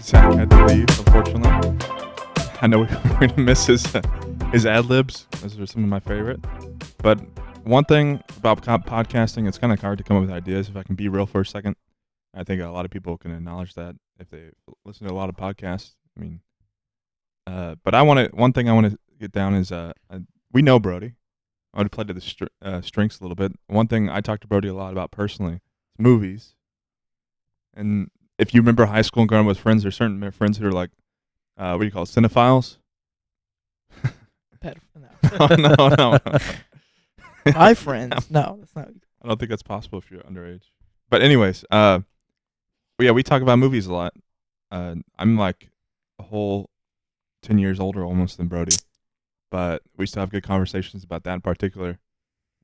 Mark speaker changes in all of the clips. Speaker 1: Zach had to leave, unfortunately. I know we're gonna miss his his ad libs. Those are some of my favorite. But one thing about co- podcasting, it's kind of hard to come up with ideas. If I can be real for a second, I think a lot of people can acknowledge that if they listen to a lot of podcasts. I mean, uh, but I want to. One thing I want to get down is uh, uh, we know Brody. I want to play to the str- uh, strengths a little bit. One thing I talked to Brody a lot about personally is movies. And if you remember high school and growing up with friends, there's certain friends who are like, uh, what do you call it, cinephiles?
Speaker 2: Pet, no.
Speaker 1: oh, no, no, no.
Speaker 2: My friends. No, that's not.
Speaker 1: I don't think that's possible if you're underage. But anyways, uh, yeah, we talk about movies a lot. Uh, I'm like a whole ten years older almost than Brody, but we still have good conversations about that in particular.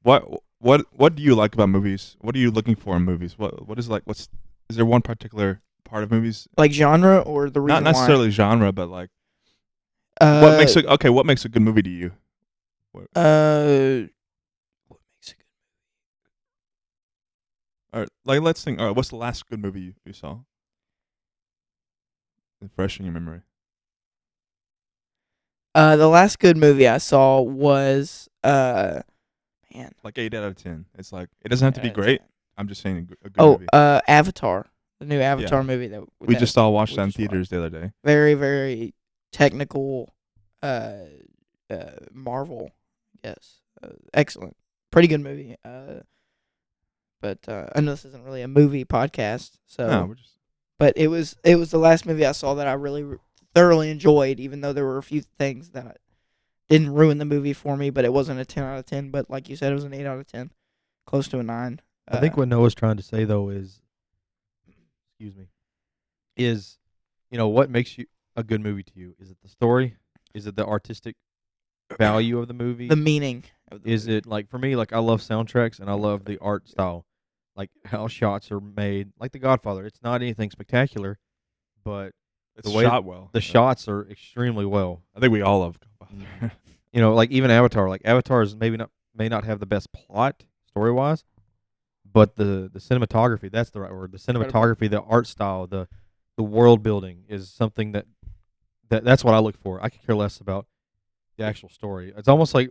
Speaker 1: What what what do you like about movies? What are you looking for in movies? What what is like? What's is there one particular part of movies?
Speaker 2: Like genre or the
Speaker 1: Not
Speaker 2: reason
Speaker 1: necessarily genre, but like what
Speaker 3: Uh,
Speaker 1: makes a okay? What makes a good movie to you?
Speaker 2: Uh, uh, what makes a good?
Speaker 1: All right, like let's think. All right, what's the last good movie you, you saw? Fresh in your memory.
Speaker 2: Uh, the last good movie I saw was uh, man.
Speaker 1: Like eight out of ten. It's like it doesn't have to be
Speaker 2: uh,
Speaker 1: great. I'm just saying a g- a good
Speaker 2: Oh,
Speaker 1: movie.
Speaker 2: uh, Avatar, the new Avatar movie that
Speaker 1: we
Speaker 2: that-
Speaker 1: just all watched
Speaker 2: we
Speaker 1: that in
Speaker 2: just watched.
Speaker 1: theaters the other day.
Speaker 2: very very technical uh uh marvel yes uh, excellent pretty good movie uh but uh i know this isn't really a movie podcast so
Speaker 1: no, we're just
Speaker 2: but it was it was the last movie i saw that i really r- thoroughly enjoyed even though there were a few things that I, didn't ruin the movie for me but it wasn't a 10 out of 10 but like you said it was an 8 out of 10 close to a 9
Speaker 3: I think
Speaker 2: Uh,
Speaker 3: what Noah's trying to say though is, excuse me, is, you know, what makes you a good movie to you? Is it the story? Is it the artistic value of the movie?
Speaker 2: the meaning of the
Speaker 3: is
Speaker 2: movie.
Speaker 3: it like for me? Like I love soundtracks and I love the art style, like how shots are made. Like The Godfather, it's not anything spectacular, but
Speaker 1: it's
Speaker 3: way-
Speaker 1: shot well.
Speaker 3: the shots are extremely well.
Speaker 1: I think we all love.
Speaker 3: Mhm. You know, like even Avatar, like Avatar is maybe not may not have the best plot story wise, but the the cinematography that's the right word. The
Speaker 2: Incredible.
Speaker 3: cinematography, the art style, the the world building is something that that that's what I look for. I could care less about the actual story. It's almost like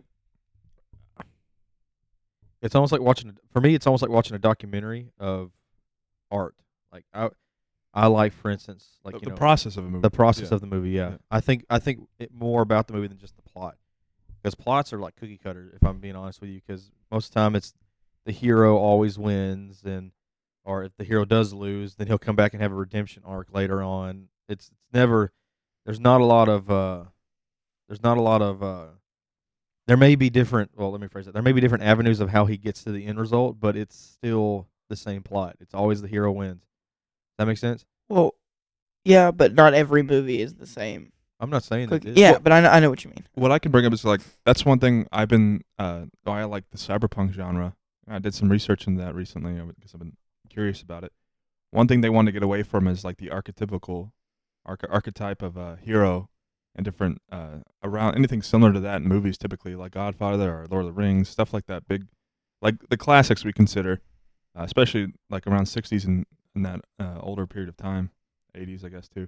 Speaker 3: it's almost like watching for me. It's almost like watching a documentary of art. Like I, I like for instance, like
Speaker 1: the,
Speaker 3: you
Speaker 1: the
Speaker 3: know,
Speaker 1: process of a movie.
Speaker 3: the process
Speaker 1: Yeah.
Speaker 3: of the movie. Yeah.
Speaker 1: Yeah.
Speaker 3: I think I think it more about the movie than just the plot, because plots are like cookie cutter. If I'm being honest with you, because most of the time it's the hero always wins, and or if the hero does lose, then he'll come back and have a redemption arc later on. It's it's never there's not a lot of uh there's not a lot of uh there may be different well let me phrase it there may be different avenues of how he gets to the end result but it's still the same plot it's always the hero wins that makes sense
Speaker 2: well yeah but not every movie is the same
Speaker 3: i'm not saying that
Speaker 2: Cookie-
Speaker 3: it is.
Speaker 2: yeah, but I know, I know what you mean.
Speaker 1: what I can bring up is like that's one thing I've been uh why I like the cyberpunk genre. I did some research into that recently uh, because I've been curious about it. One thing they want to get away from is like the archetypical arch- archetype of a hero and different uh around anything similar to that in movies typically like Godfather or Lord of the Rings, stuff like that big like the classics we consider uh, especially like around 60s and in that uh, older period of time, 80s I guess too.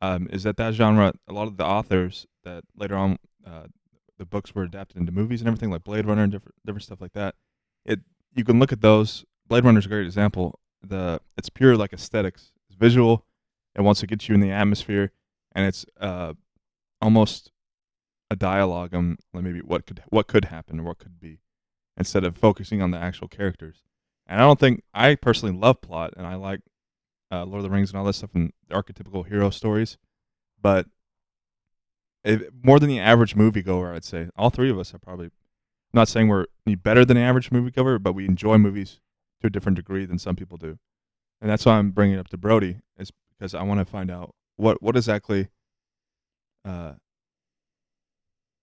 Speaker 1: Um, is that that genre a lot of the authors that later on uh, the books were adapted into movies and everything, like Blade Runner and different different stuff like that. It you can look at those. Blade Runner's a great example. The it's pure like aesthetics, it's visual. It wants to get you in the atmosphere, and it's uh almost a dialogue on like, maybe what could what could happen or what could be, instead of focusing on the actual characters. And I don't think I personally love plot, and I like uh, Lord of the Rings and all that stuff and the archetypical hero stories, but it, more than the average moviegoer, I'd say. All three of us are probably I'm not saying we're any better than the average moviegoer, but we enjoy movies to a different degree than some people do, and that's why I'm bringing it up to Brody is because I want to find out what what exactly. Uh,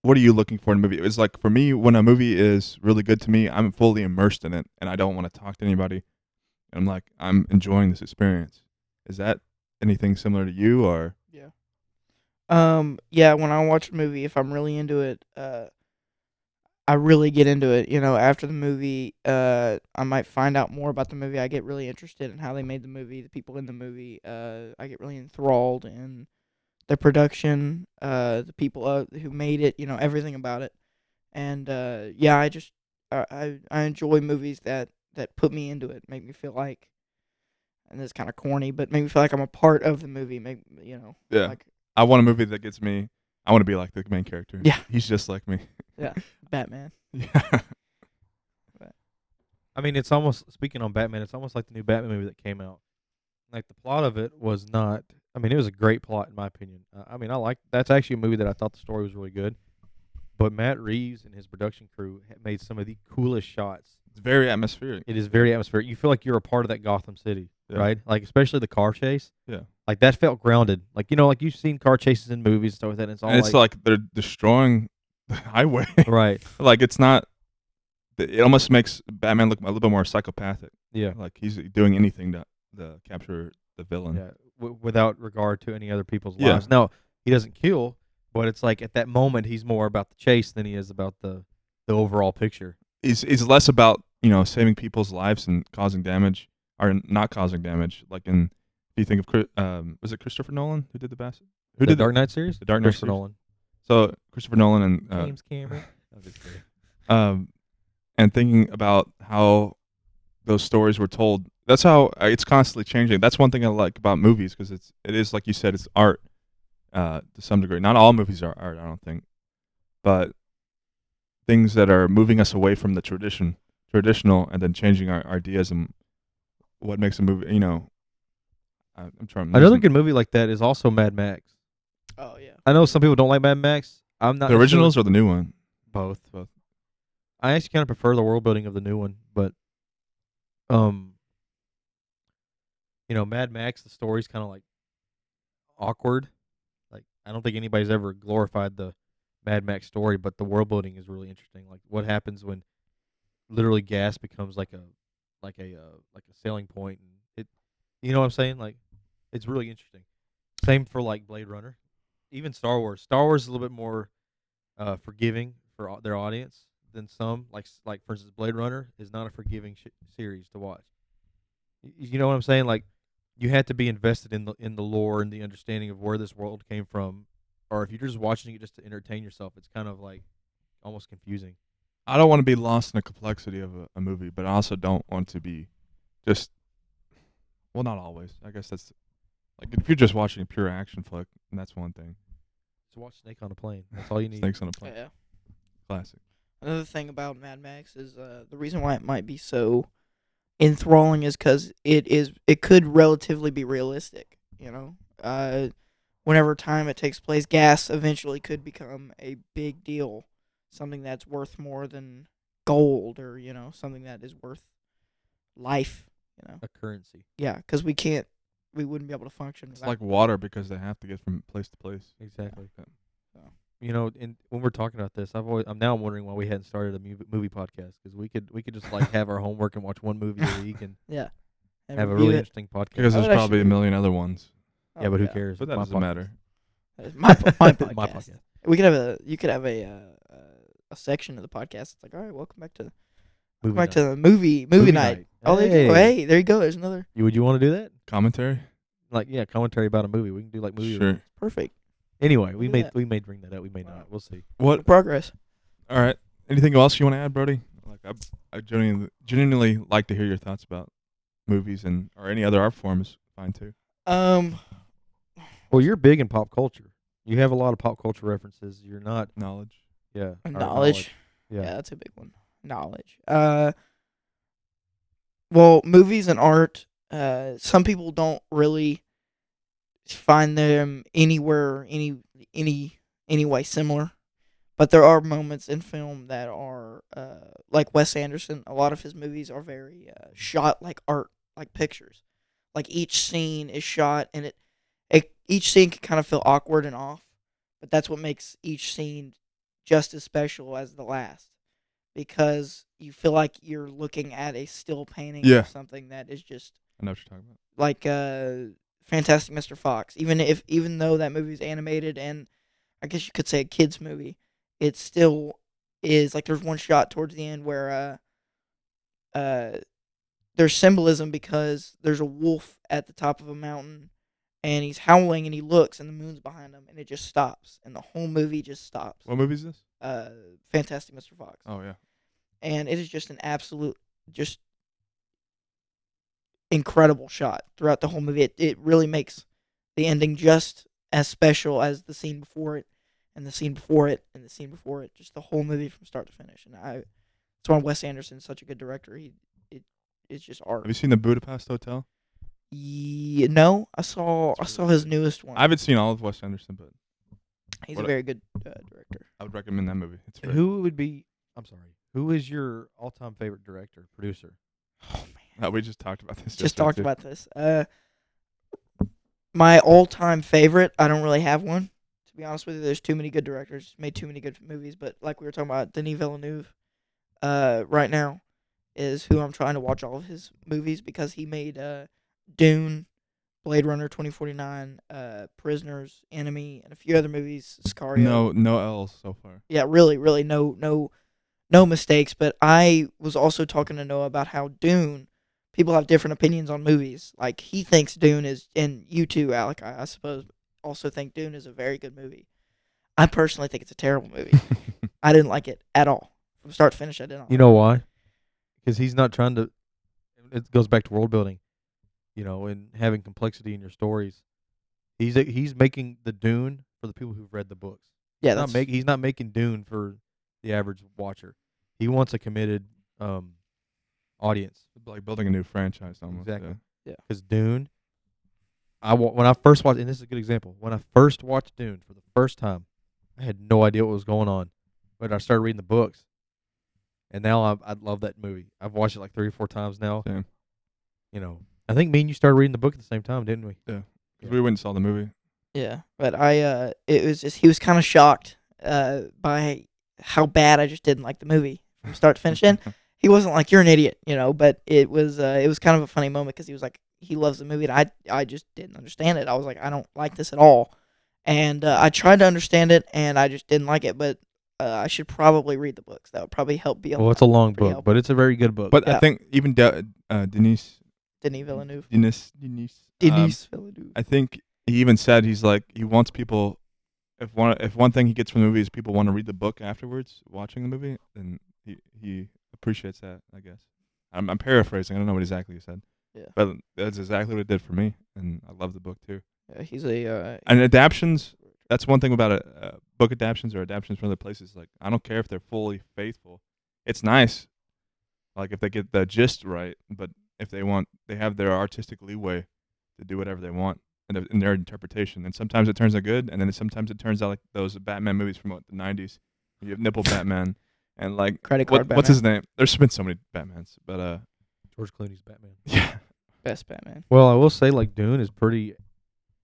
Speaker 1: what are you looking for in a movie? It's like for me, when a movie is really good to me, I'm fully immersed in it, and I don't want to talk to anybody. And I'm like, I'm enjoying this experience. Is that anything similar to you, or
Speaker 2: Um, yeah, when I watch a movie, if I'm really into it, uh, I really get into it. You know, after the movie, uh, I might find out more about the movie. I get really interested in how they made the movie, the people in the movie. Uh, I get really enthralled in the production, uh, the people uh, who made it. You know, everything about it. And uh, yeah, I just I, I I enjoy movies that that put me into it, make me feel like, and it's kind of corny, but make me feel like I'm a part of the movie. Make you know,
Speaker 1: Yeah.
Speaker 2: like
Speaker 1: I want a movie that gets me. I want to be like the main character.
Speaker 2: Yeah.
Speaker 1: he's just like me.
Speaker 2: Batman.
Speaker 1: Yeah,
Speaker 3: I mean, it's almost speaking on Batman. It's almost like the new Batman movie that came out. Like the plot of it was not. I mean, it was a great plot in my opinion. Uh, I mean, I like that's actually a movie that I thought the story was really good. But Matt Reeves and his production crew ha- made some of the coolest shots.
Speaker 1: it's very atmospheric.
Speaker 3: It is very atmospheric. You feel like you're a part of that Gotham City,
Speaker 1: Yeah.
Speaker 3: right? Like especially the car chase.
Speaker 1: Yeah.
Speaker 3: Like that felt grounded. Like you know, like you've seen car chases in movies and stuff like that. And it's all
Speaker 1: And it's
Speaker 3: like,
Speaker 1: like they're destroying the highway.
Speaker 3: right.
Speaker 1: like it's not. It almost makes Batman look a little bit more psychopathic.
Speaker 3: Yeah.
Speaker 1: Like he's doing anything to, to capture the villain.
Speaker 3: Yeah, w- without regard to any other people's
Speaker 1: Yeah.
Speaker 3: lives. No, he doesn't kill, but it's like at that moment he's more about the chase than he is about the the overall picture.
Speaker 1: is is less about you know saving people's lives and causing damage or not causing damage. Like in, do you think of Chri- um, was it Christopher Nolan who did the Bast? Who
Speaker 3: the
Speaker 1: did
Speaker 3: Dark Knight series?
Speaker 1: the Dark Knight
Speaker 3: Christopher
Speaker 1: series?
Speaker 3: Nolan,
Speaker 1: So Christopher Nolan and uh,
Speaker 3: James Cameron. I'm just kidding.
Speaker 1: um, and thinking about how those stories were told. That's how uh, it's constantly changing. That's one thing I like about movies because it's it is like you said, it's art uh, to some degree. Not all movies are art, I don't think, but things that are moving us away from the tradition, traditional, and then changing our ideas and what makes a movie. You know, I, I'm trying. I'm
Speaker 3: Another
Speaker 1: losing-
Speaker 3: good movie like that is also Mad Max.
Speaker 2: Oh yeah.
Speaker 3: I know some people don't like Mad Max. I'm not
Speaker 1: the originals or the new one.
Speaker 3: both.
Speaker 1: Both.
Speaker 3: I actually kind of prefer the world building of the new one, but um, you know, Mad Max, the story's kind of like awkward. Like, I don't think anybody's ever glorified the Mad Max story, but the world building is really interesting. Like, what happens when literally gas becomes like a like a uh, like a selling point, and it, you know what I'm saying? Like, it's really interesting. Same for like Blade Runner, even Star Wars. Star Wars is a little bit more uh, forgiving for au- their audience than some. Like s- like for instance, Blade Runner is not a forgiving sh- series to watch. Y- You know what I'm saying? Like you had to be invested in the in the lore and the understanding of where this world came from, or if you're just watching it just to entertain yourself, it's kind of like almost confusing.
Speaker 1: I don't want to be lost in the complexity of a, a movie, but I also don't want to be just well, not always. I guess that's like if you're just watching a pure action flick, and that's one thing.
Speaker 3: So watch Snake on a Plane. That's all you need.
Speaker 1: Snakes on a plane,
Speaker 2: Yeah.
Speaker 1: classic.
Speaker 2: Another thing about Mad Max is uh, the reason why it might be so enthralling is because it is it could relatively be realistic. You know, uh, whenever time it takes place, gas eventually could become a big deal, something that's worth more than gold, or you know, something that is worth life. You know,
Speaker 3: A currency.
Speaker 2: yeah, because we can't, we wouldn't be able to function.
Speaker 1: It's
Speaker 2: without-
Speaker 1: like water because they have to get from place to place.
Speaker 3: Exactly.
Speaker 1: Yeah.
Speaker 2: So.
Speaker 3: You know, and when we're talking about this, I've always, I'm now wondering why we hadn't started a movie, movie podcast because we could we could just like have our homework and watch one movie a week and
Speaker 2: and
Speaker 3: have a
Speaker 2: review
Speaker 3: really
Speaker 2: it.
Speaker 3: interesting podcast.
Speaker 1: Because
Speaker 2: I
Speaker 1: there's
Speaker 2: would actually
Speaker 1: probably a
Speaker 2: do-
Speaker 1: million other ones,
Speaker 3: yeah,
Speaker 2: Oh,
Speaker 3: but who cares?
Speaker 1: but that
Speaker 3: My
Speaker 1: doesn't
Speaker 3: podcast.
Speaker 1: matter.
Speaker 2: That's My po- my podcast.
Speaker 3: My podcast.
Speaker 2: We could have a you could have a uh, uh, a section of the podcast. It's like, all right, welcome back to welcome
Speaker 3: Movie
Speaker 2: back
Speaker 3: night.
Speaker 2: to the movie movie, night. Oh, there you go.
Speaker 3: Hey.
Speaker 2: Hey, there you go. There's another
Speaker 3: You, would you want to do that?
Speaker 1: Commentary,
Speaker 3: Like, yeah, commentary about a movie. We can do like movie.
Speaker 1: sure.
Speaker 2: perfect
Speaker 3: Anyway, we
Speaker 2: Do
Speaker 3: may
Speaker 2: that.
Speaker 3: we may bring that up. We may
Speaker 2: Wow.
Speaker 3: not. We'll see.
Speaker 1: What?
Speaker 2: progress.
Speaker 1: All right. Anything else you want to add, Brody? Like I, I genuinely, genuinely like to hear your thoughts about movies and or any other art form is fine too.
Speaker 2: Um,
Speaker 3: Well, you're big in pop culture. You have a lot of pop culture references. You're not.
Speaker 1: Knowledge.
Speaker 3: Yeah. or
Speaker 2: knowledge.
Speaker 3: Yeah.
Speaker 2: Yeah. that's a big one. Knowledge. Uh, well, movies and art. Uh, some people don't really find them anywhere any any any way similar. But there are moments in film that are uh, like Wes Anderson. A lot of his movies are very uh, shot like art, like pictures. Like each scene is shot, and it, it each scene can kind of feel awkward and off. But that's what makes each scene just as special as the last, because you feel like you're looking at a still painting
Speaker 1: Yeah.
Speaker 2: of something that is just
Speaker 1: I know what you're talking about.
Speaker 2: like uh Fantastic Mr. Fox. Even if even though that movie's animated and I guess you could say a kids movie, it's still is like there's one shot towards the end where uh uh there's symbolism because there's a wolf at the top of a mountain and he's howling and he looks and the moon's behind him and it just stops and the whole movie just stops.
Speaker 1: What movie is this?
Speaker 2: Uh Fantastic Mr. Fox.
Speaker 1: Oh yeah.
Speaker 2: And it is just an absolute just incredible shot throughout the whole movie. It it really makes the ending just as special as the scene before it and the scene before it and the scene before it. Just the whole movie from start to finish. And I that's why Wes Anderson's such a good director. He it it's just art.
Speaker 1: Have you seen the Budapest Hotel?
Speaker 2: Ye- no, I saw I
Speaker 3: It's
Speaker 2: saw
Speaker 3: really
Speaker 2: his
Speaker 3: good.
Speaker 2: newest one.
Speaker 1: I haven't seen all of Wes Anderson, but
Speaker 2: He's
Speaker 1: what
Speaker 2: a
Speaker 1: a-
Speaker 2: very good uh, director.
Speaker 1: I would recommend that movie. It's very,
Speaker 3: Who would be? I'm sorry. Who is your all-time favorite director, producer?
Speaker 2: Oh man,
Speaker 1: Uh, we just talked about this.
Speaker 2: just
Speaker 1: yesterday,
Speaker 2: talked
Speaker 1: too.
Speaker 2: about this. Uh, my all-time favorite. I don't really have one. To be honest with you, there's too many good directors made too many good movies. But like we were talking about, Denis Villeneuve, uh, right now, is who I'm trying to watch all of his movies because he made uh, Dune, Blade Runner 2049, uh, Prisoners, Enemy, and a few other movies. Scario.
Speaker 1: No, no L's so far.
Speaker 2: yeah, really, really no no no mistakes. But I was also talking to Noah about how Dune people have different opinions on movies. Like he thinks Dune is and you too, Alec, I, I suppose also think Dune is a very good movie. I personally think it's a terrible movie. I didn't like it at all. From start to finish I didn't like
Speaker 3: You know why? Because he's not trying to. It goes back to world building, you know, and having complexity in your stories. He's he's making the Dune for the people who've read the books.
Speaker 2: it. Yeah,
Speaker 3: He's not
Speaker 2: that's
Speaker 3: make, he's not making Dune for the average watcher. He wants a committed um, audience.
Speaker 1: Like building a new franchise almost.
Speaker 3: Exactly.
Speaker 1: yeah.
Speaker 3: Because Dune, I wa- when I first watched, and this is a good example. When I first watched Dune for the first time, I had no idea what was going on, but I started reading the books, and now I I love that movie. I've watched it like three or four times now.
Speaker 1: Same.
Speaker 3: You know, I think me and you started reading the book at the same time, didn't we?
Speaker 1: 'Cause we went and saw the movie.
Speaker 2: yeah. But I uh it was just he was kinda shocked uh by how bad I just didn't like the movie from start to finish. And he wasn't like you're an idiot, you know, but it was uh, it was kind of a funny moment because he was like he loves the movie and I I just didn't understand it. I was like I don't like this at all, and uh, I tried to understand it and I just didn't like it. But uh, I should probably read the books. That would probably help be a
Speaker 3: Well,
Speaker 2: lot.
Speaker 3: it's a long
Speaker 2: pretty
Speaker 3: book,
Speaker 2: helpful.
Speaker 3: but it's a very good book.
Speaker 1: But
Speaker 2: Yeah.
Speaker 1: I think even De- uh, Denise,
Speaker 2: Denis Villeneuve.
Speaker 1: Denise, Denise, um,
Speaker 2: Denis Villeneuve.
Speaker 1: I think he even said he's like he wants people. If one if one thing he gets from the movie is people want to read the book afterwards, watching the movie, then he he appreciates that. I guess I'm I'm paraphrasing. I don't know what exactly he said.
Speaker 2: Yeah.
Speaker 1: But that's exactly what it did for me, and I love the book too.
Speaker 2: Yeah, he's a uh,
Speaker 1: And adaptions. That's one thing about a, uh book adaptions or adaptions from other places. Like I don't care if they're fully faithful. It's nice, like if they get the gist right. But if they want, they have their artistic leeway to do whatever they want in, the- in their interpretation. And sometimes it turns out good, and then it, sometimes it turns out like those Batman movies from what, the '90s. You have Nipple Batman, and like
Speaker 2: Credit
Speaker 1: what-
Speaker 2: card
Speaker 1: what's his name? There's been so many Batmans, but uh,
Speaker 3: George Clooney's Batman.
Speaker 1: yeah,
Speaker 2: best Batman.
Speaker 3: Well, I will say, like Dune is pretty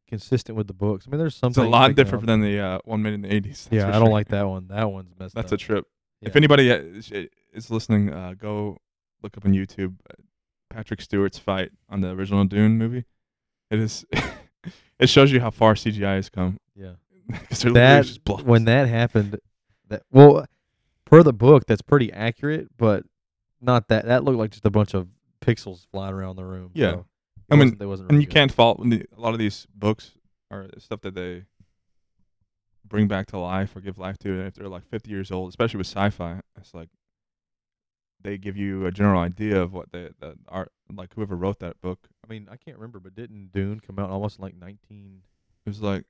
Speaker 3: consistent with the books. I mean, there's some.
Speaker 1: it's a
Speaker 3: things
Speaker 1: lot
Speaker 3: taken
Speaker 1: different
Speaker 3: out.
Speaker 1: than the uh, one made in the '80s. that's
Speaker 3: Yeah,
Speaker 1: for
Speaker 3: I don't
Speaker 1: sure.
Speaker 3: like that one. That one's messed
Speaker 1: That's a
Speaker 3: up.
Speaker 1: trip. If
Speaker 3: Yeah.
Speaker 1: anybody uh, is- is listening, uh, go look up on YouTube uh, Patrick Stewart's fight on the original Dune movie. It is. it shows you how far CGI has come.
Speaker 3: Yeah.
Speaker 1: 'Cause they're literally just
Speaker 3: that
Speaker 1: blocks.
Speaker 3: when that happened that well per the book that's pretty accurate but not that that looked like just a bunch of pixels flying around the room
Speaker 1: Yeah.
Speaker 3: so
Speaker 1: I mean,
Speaker 3: it wasn't
Speaker 1: and
Speaker 3: really
Speaker 1: you
Speaker 3: good.
Speaker 1: can't fault when the, a lot of these books are stuff that they bring back to life or give life to. And if they're like 50 years old, especially with sci-fi, it's like they give you a general idea of what the, the art, like whoever wrote that book.
Speaker 3: i mean i can't remember but didn't dune come out almost in like 19
Speaker 1: It was like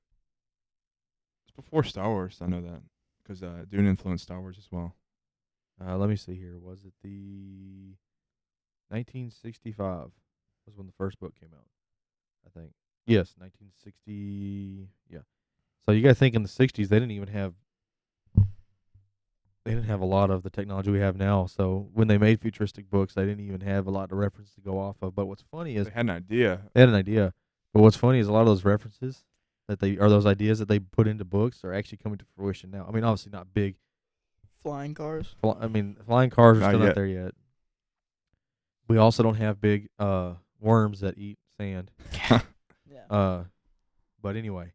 Speaker 1: it's before Star Wars. I know that because uh, Dune influenced Star Wars as well.
Speaker 3: uh, let me see here was it the 1965 was when the first book came out i think yes 1960 yeah so you got to think in the 60s they didn't even have they didn't have a lot of the technology we have now so when they made futuristic books they didn't even have a lot of reference to go off of but what's funny is
Speaker 1: They had an idea.
Speaker 3: they had an idea but what's funny is a lot of those references that they or those ideas that they put into books are actually coming to fruition now i mean obviously not big
Speaker 2: Flying cars.
Speaker 3: Fly, I mean, flying cars are
Speaker 1: Not
Speaker 3: still not
Speaker 1: yet.
Speaker 3: there yet. We also don't have big uh, worms that eat sand.
Speaker 1: Um,
Speaker 2: Yeah.
Speaker 3: Uh, but anyway,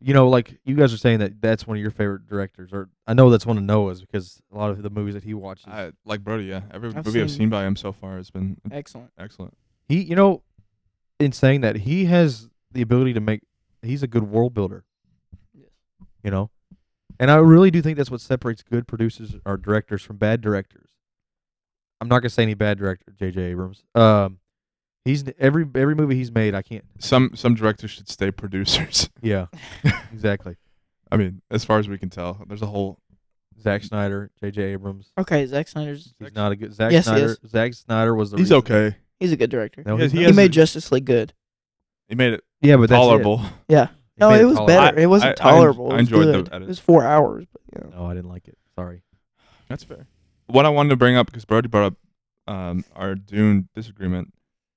Speaker 3: you know, like you guys are saying that that's one of your favorite directors, or I know that's one of Noah's because a lot of the movies that he watches,
Speaker 1: I, like Brody, yeah. Every
Speaker 2: I've
Speaker 1: movie I've
Speaker 2: seen-
Speaker 1: seen by him so far has been
Speaker 2: Excellent.
Speaker 1: excellent.
Speaker 3: he, you know, in saying that he has the ability to make, he's a good world builder.
Speaker 2: Yes.
Speaker 3: you know. And I really do think that's what separates good producers or directors from bad directors. I'm not gonna say any bad director, J.J. Abrams. Um, he's every every movie he's made, I can't.
Speaker 1: Some some directors should stay producers.
Speaker 3: Yeah, exactly.
Speaker 1: I mean, as far as we can tell, there's a whole
Speaker 3: Zack Snyder, J.J. Abrams.
Speaker 2: Okay, Zack Snyder's
Speaker 3: He's not a good Zack
Speaker 2: Yes, he
Speaker 3: Snyder.
Speaker 2: is.
Speaker 3: Zack Snyder was the.
Speaker 1: He's
Speaker 3: reason-
Speaker 1: okay.
Speaker 2: he's a good director.
Speaker 3: No,
Speaker 1: Yes,
Speaker 3: he's
Speaker 1: he
Speaker 3: not.
Speaker 2: He,
Speaker 1: has-
Speaker 2: made Justice League good.
Speaker 1: He made it
Speaker 3: yeah, but that's it.
Speaker 1: tolerable.
Speaker 3: He
Speaker 2: No,
Speaker 3: made
Speaker 2: it was
Speaker 3: tolerable.
Speaker 2: better.
Speaker 1: I-
Speaker 2: it
Speaker 1: I- I
Speaker 2: wasn't
Speaker 1: en-
Speaker 2: tolerable.
Speaker 1: I
Speaker 2: it was
Speaker 1: enjoyed the
Speaker 2: good.
Speaker 1: edit.
Speaker 2: It was four hours, but you know.
Speaker 3: No, Oh, I didn't like it. Sorry.
Speaker 1: That's fair. What I wanted to bring up because Brody brought up um, our Dune disagreement,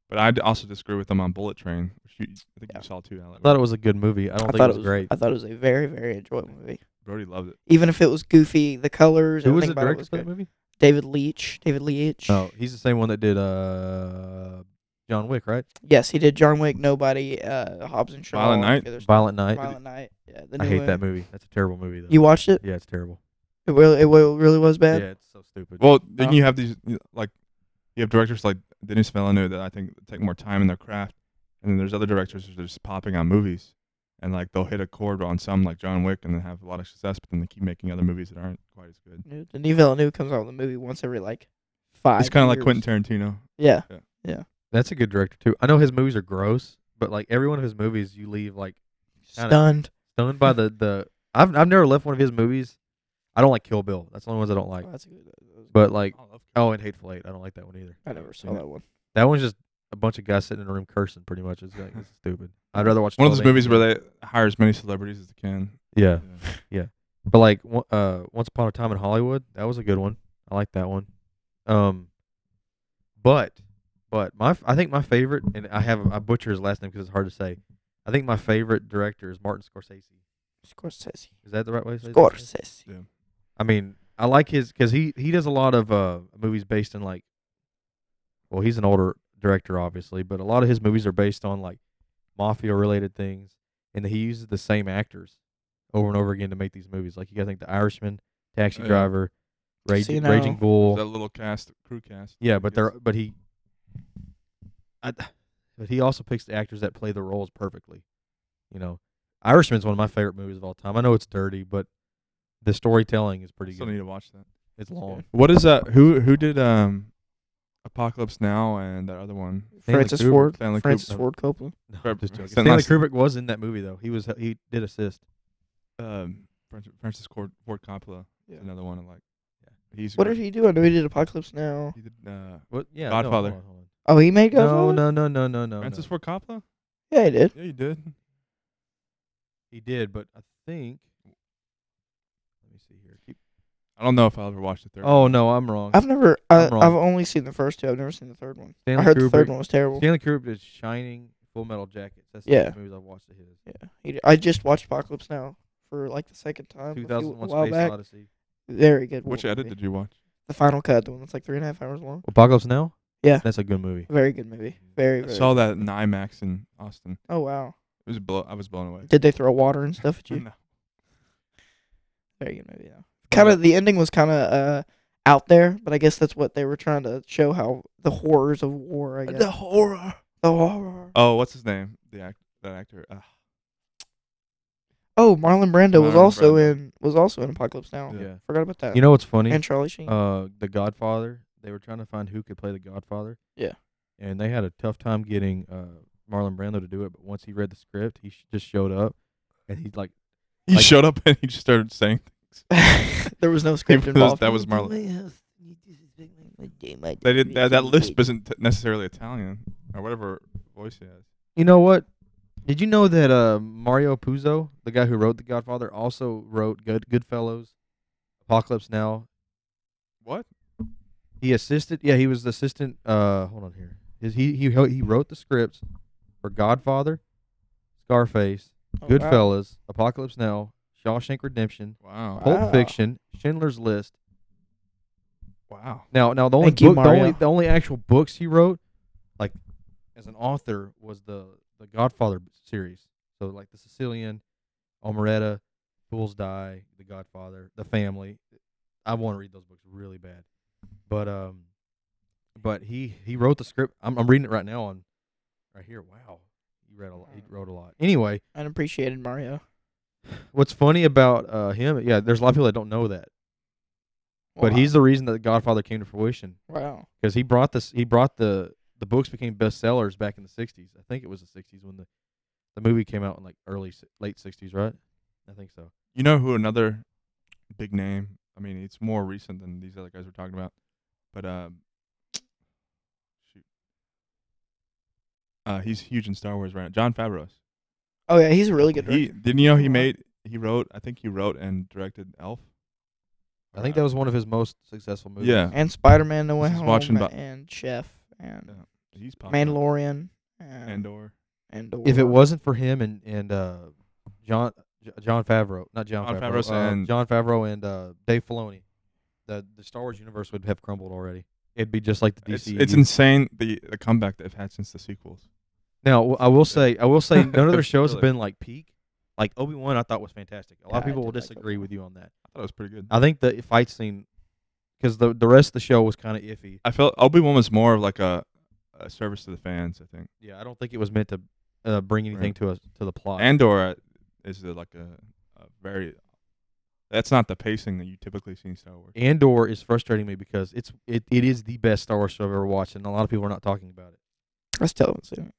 Speaker 1: but I also disagree with them on Bullet Train, which you, I think
Speaker 2: Yeah.
Speaker 1: you saw too, Alec.
Speaker 3: I thought it was a good movie. I don't
Speaker 2: I,
Speaker 3: think
Speaker 2: thought
Speaker 3: it was, great.
Speaker 2: I thought it was a very, very enjoyable movie.
Speaker 1: Brody loved it.
Speaker 2: Even if it was goofy, the colors,
Speaker 3: Who was
Speaker 2: everything about
Speaker 3: the
Speaker 2: it
Speaker 3: director
Speaker 2: was
Speaker 3: for that
Speaker 2: good.
Speaker 3: movie? Oh.
Speaker 2: David Leitch. David Leitch.
Speaker 3: No, he's the same one that did uh, John Wick, right?
Speaker 2: Yes, he did John Wick, Nobody, uh, Hobbs and Shaw.
Speaker 1: Violent
Speaker 2: all
Speaker 1: Night?
Speaker 2: the other stuff.
Speaker 3: Violent Night.
Speaker 2: Violent Night. Yeah, the new
Speaker 3: I hate
Speaker 2: one.
Speaker 3: that movie. That's a terrible movie, though.
Speaker 2: You watched it?
Speaker 3: yeah, it's terrible.
Speaker 2: It really, it wa- really was bad.
Speaker 3: Yeah, it's so stupid.
Speaker 1: Well, then
Speaker 2: Oh.
Speaker 1: you have these you know, like you have directors like Denis Villeneuve that I think take more time in their craft, and then there's other directors that are just popping on movies, and like they'll hit a chord on some like John Wick and then have a lot of success, but then they keep making other movies that aren't quite as good.
Speaker 2: New- The new Villeneuve comes out with a movie once every like five.
Speaker 1: it's kind of like
Speaker 2: years.
Speaker 1: Quentin Tarantino.
Speaker 2: Yeah,
Speaker 3: that's a good director too. I know his movies are gross, but like every one of his movies, you leave like Kinda-
Speaker 2: stunned.
Speaker 3: stunned by the the. I've I've never left one of his movies. I don't like Kill Bill. That's the only ones I don't like.
Speaker 2: Oh, that's a good- that was
Speaker 3: But like,
Speaker 1: I love
Speaker 3: oh, and Hateful Eight. I don't like that one either.
Speaker 2: good. I never saw
Speaker 3: Yeah.
Speaker 2: that one.
Speaker 3: That one's just a bunch of guys sitting in a room cursing. Pretty much, it's like it's stupid. I'd rather watch
Speaker 1: One of those
Speaker 3: 12
Speaker 1: movies
Speaker 3: Angry
Speaker 1: where they hire as many celebrities as they can.
Speaker 3: Men. yeah. But like, wo- uh, Once Upon a Time in Hollywood, that was a good one. I like that one. Um, but, but my f- I think my favorite, and I have I butcher his last name because it's hard to say. I think my favorite director is Martin Scorsese.
Speaker 2: Scorsese.
Speaker 3: Is that the right way to say his last name?
Speaker 2: Scorsese.
Speaker 3: I mean, I like his because he he does a lot of uh movies based in like, well, he's an older director obviously, but a lot of his movies are based on like mafia related things, and he uses the same actors over and over again to make these movies. Like you got to think The Irishman, Taxi
Speaker 1: Oh, Yeah.
Speaker 3: Driver, Rage,
Speaker 2: Casino.
Speaker 3: Raging Bull.
Speaker 1: That little cast, crew cast.
Speaker 3: yeah, but they're
Speaker 1: Yes.
Speaker 3: but he, I, but he also picks the actors that play the roles perfectly. You know, Irishman's one of my favorite movies of all time. I know it's dirty, but the storytelling is pretty
Speaker 1: Still
Speaker 3: good.
Speaker 1: need to watch that.
Speaker 3: It's long.
Speaker 1: What is that? Who who did um, Apocalypse Now and that other one?
Speaker 3: Stanley
Speaker 2: Francis
Speaker 3: Kubrick.
Speaker 2: Ford.
Speaker 1: Stanley
Speaker 2: Francis
Speaker 1: Kubrick.
Speaker 2: Ford Coppola.
Speaker 3: No,
Speaker 1: Or-
Speaker 3: I'm just joking.
Speaker 1: Stanley
Speaker 3: Stanley Kubrick was in that movie though. He was he did assist.
Speaker 1: Um, Francis, Francis Cord, Ford Coppola. is Another one I like. He's
Speaker 2: What
Speaker 1: great.
Speaker 2: did he do? I know he did Apocalypse Now.
Speaker 1: He did, uh,
Speaker 3: What? Yeah.
Speaker 1: no, Godfather.
Speaker 3: No,
Speaker 1: hold
Speaker 2: Oh, he made
Speaker 3: no,
Speaker 2: Godfather.
Speaker 3: no, no, no, no, no.
Speaker 1: Francis Ford Coppola?
Speaker 2: Yeah, he did.
Speaker 1: Yeah, you did.
Speaker 3: He did, but I think. Let me see here. Keep-
Speaker 1: I don't know if I'll ever watch the third.
Speaker 3: Oh no, I'm wrong.
Speaker 2: I've never. I,
Speaker 3: I'm wrong.
Speaker 2: I've only seen the first two. I've never seen the third one.
Speaker 3: Stanley
Speaker 2: I heard the third
Speaker 3: Kubrick-
Speaker 2: one was terrible.
Speaker 3: Stanley Kubrick did Shining, Full Metal Jacket. That's
Speaker 2: Yeah.
Speaker 3: the two movies I've watched of his.
Speaker 2: Yeah, he did. I just watched Apocalypse Now for like the second time. a few-
Speaker 3: 2001:
Speaker 2: a while
Speaker 3: Space
Speaker 2: back.
Speaker 3: Odyssey.
Speaker 2: Very good.
Speaker 1: Which
Speaker 2: movie.
Speaker 1: edit did you watch?
Speaker 2: The final cut, the one that's like three and a half hours long.
Speaker 3: Apocalypse Now.
Speaker 2: Yeah.
Speaker 3: That's a good movie.
Speaker 2: Very good movie.
Speaker 3: Mm-hmm.
Speaker 2: Very.
Speaker 1: I
Speaker 2: very
Speaker 1: saw that in IMAX in Austin.
Speaker 2: Oh wow.
Speaker 1: It was blow. I was blown away.
Speaker 2: Did they throw water and stuff at you?
Speaker 1: No.
Speaker 3: Mm-hmm.
Speaker 2: Very good movie. Yeah. Kind of the ending was kind of uh out there, but I guess that's what they were trying to show how the horrors of war. I guess the,
Speaker 1: horror.
Speaker 2: horror.
Speaker 1: Oh, what's his name? The act, that actor. Uh,
Speaker 2: Oh, Marlon Brando was
Speaker 1: Marlon
Speaker 2: also
Speaker 1: Brando.
Speaker 2: in was also in Apocalypse Now.
Speaker 1: Yeah.
Speaker 3: Yeah.
Speaker 2: Forgot about that.
Speaker 3: You know what's funny?
Speaker 2: and Charlie Sheen.
Speaker 3: uh the Godfather. They were trying to find who could play the Godfather.
Speaker 2: Yeah.
Speaker 3: And they had a tough time getting uh Marlon Brando to do it, but once he read the script, he sh- just showed up and he's like
Speaker 1: he
Speaker 3: Like-
Speaker 1: showed up and he just started saying.
Speaker 2: there was no script
Speaker 1: was-
Speaker 2: involved.
Speaker 1: that was Marlon. They did that. That lisp isn't necessarily Italian or whatever voice he has.
Speaker 3: You know what? Did you know that uh Mario Puzo, the guy who wrote The Godfather, also wrote Good Goodfellas, Apocalypse Now.
Speaker 1: What?
Speaker 3: He assisted yeah, he was the assistant uh hold on here. His, he he he wrote the scripts for Godfather, Scarface,
Speaker 2: Oh, wow.
Speaker 3: Goodfellas, Apocalypse Now, Shawshank Redemption,
Speaker 1: Wow.
Speaker 3: Pulp
Speaker 2: Wow.
Speaker 3: Fiction, Schindler's List.
Speaker 1: Wow.
Speaker 3: Now, now the only
Speaker 2: Thank you,
Speaker 3: book, the only
Speaker 2: Mario.
Speaker 3: the only actual books he wrote, like as an author, was the the Godfather series. So like the Sicilian, Almeretta, Fools Die, The Godfather, The Family. I want to read those books really bad, but um, but he he wrote the script. I'm I'm reading it right now on right here. Wow, he read a lot. He wrote a lot. Anyway,
Speaker 2: Unappreciated Mario.
Speaker 3: what's funny about uh him? Yeah, there's a lot of people that don't know that, but
Speaker 2: Wow.
Speaker 3: he's the reason that The Godfather came to fruition
Speaker 2: wow.
Speaker 3: because he brought this he brought the the books became bestsellers back in the 60s i think it was the 60s when the the movie came out in like early si- late 60s right i think so
Speaker 1: You know who another big name? I mean, it's more recent than these other guys we're talking about, but um, shoot, uh, he's huge in Star Wars right now. John Favreau.
Speaker 2: Oh yeah, he's a really good.
Speaker 1: He
Speaker 2: director.
Speaker 1: didn't you know he
Speaker 2: Wow.
Speaker 1: made he wrote I think he wrote and directed Elf.
Speaker 3: i think that was one of his most successful movies
Speaker 1: Yeah.
Speaker 2: and Spider Man: No Way
Speaker 1: This is
Speaker 2: Home,
Speaker 1: watching bu-
Speaker 2: and Chef, and
Speaker 1: Yeah. he's popular.
Speaker 2: Mandalorian, and
Speaker 1: Andor.
Speaker 2: Andor.
Speaker 3: if it wasn't for him and and uh john J- john favreau not john,
Speaker 1: Jon
Speaker 3: favreau,
Speaker 1: Favreau
Speaker 3: uh,
Speaker 1: and-
Speaker 3: john favreau and uh dave filoni the the star wars universe would have crumbled already it'd be just like the E
Speaker 1: It's,
Speaker 3: dc
Speaker 1: it's insane the, the comeback they've had since the sequels.
Speaker 3: Now w- I will say I will say none of their shows have
Speaker 1: Really.
Speaker 3: been like peak. Like Obi Wan, I thought was fantastic. A lot
Speaker 2: Yeah,
Speaker 3: of
Speaker 2: I
Speaker 3: people
Speaker 2: did
Speaker 3: will
Speaker 2: like
Speaker 3: disagree
Speaker 2: Obi-Wan.
Speaker 3: with you on that.
Speaker 1: I thought it was pretty good.
Speaker 3: I think the fight scene, because the the rest of the show was kind of iffy.
Speaker 1: I felt Obi Wan was more of like a, a service to the fans. I think
Speaker 3: Yeah, I don't think it was meant to uh, bring anything
Speaker 1: Right.
Speaker 3: to us to the plot.
Speaker 1: Andor uh, is uh, like a, a very. That's not the pacing that you typically see in Star Wars.
Speaker 3: Andor is frustrating me because it's it, it is the best Star Wars show I've ever watched, and a lot of people are not talking about it.
Speaker 2: that's television.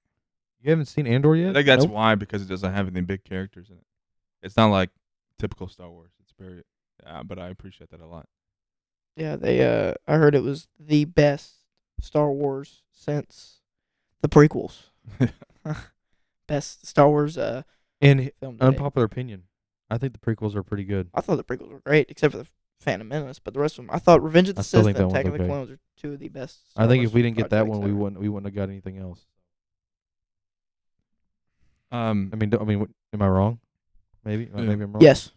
Speaker 3: You haven't seen Andor yet?
Speaker 1: I think that's
Speaker 3: Nope.
Speaker 1: why because it doesn't have any big characters in it. It's not like typical Star Wars. It's very, uh, but I appreciate that a lot.
Speaker 2: Yeah, they. Uh, I heard it was the best Star Wars since the prequels. Best Star Wars uh
Speaker 3: and h-
Speaker 2: film. to date.
Speaker 3: unpopular opinion. I think the prequels are pretty good.
Speaker 2: I thought the prequels were great, except for the Phantom Menace. But the rest of them, I thought Revenge of
Speaker 3: I
Speaker 2: the
Speaker 3: still
Speaker 2: Sith
Speaker 3: think
Speaker 2: and
Speaker 3: that one's
Speaker 2: Attack of the
Speaker 3: okay.
Speaker 2: Clones are two of the best.
Speaker 3: I
Speaker 2: Star
Speaker 3: think
Speaker 2: Wars
Speaker 3: if we didn't get that
Speaker 2: projects
Speaker 3: one, we
Speaker 2: ever.
Speaker 3: wouldn't we wouldn't have got anything else.
Speaker 1: Um,
Speaker 3: I mean, do- I mean, wh- am I wrong? Maybe,
Speaker 1: Yeah.
Speaker 3: maybe I'm wrong.
Speaker 2: Yes,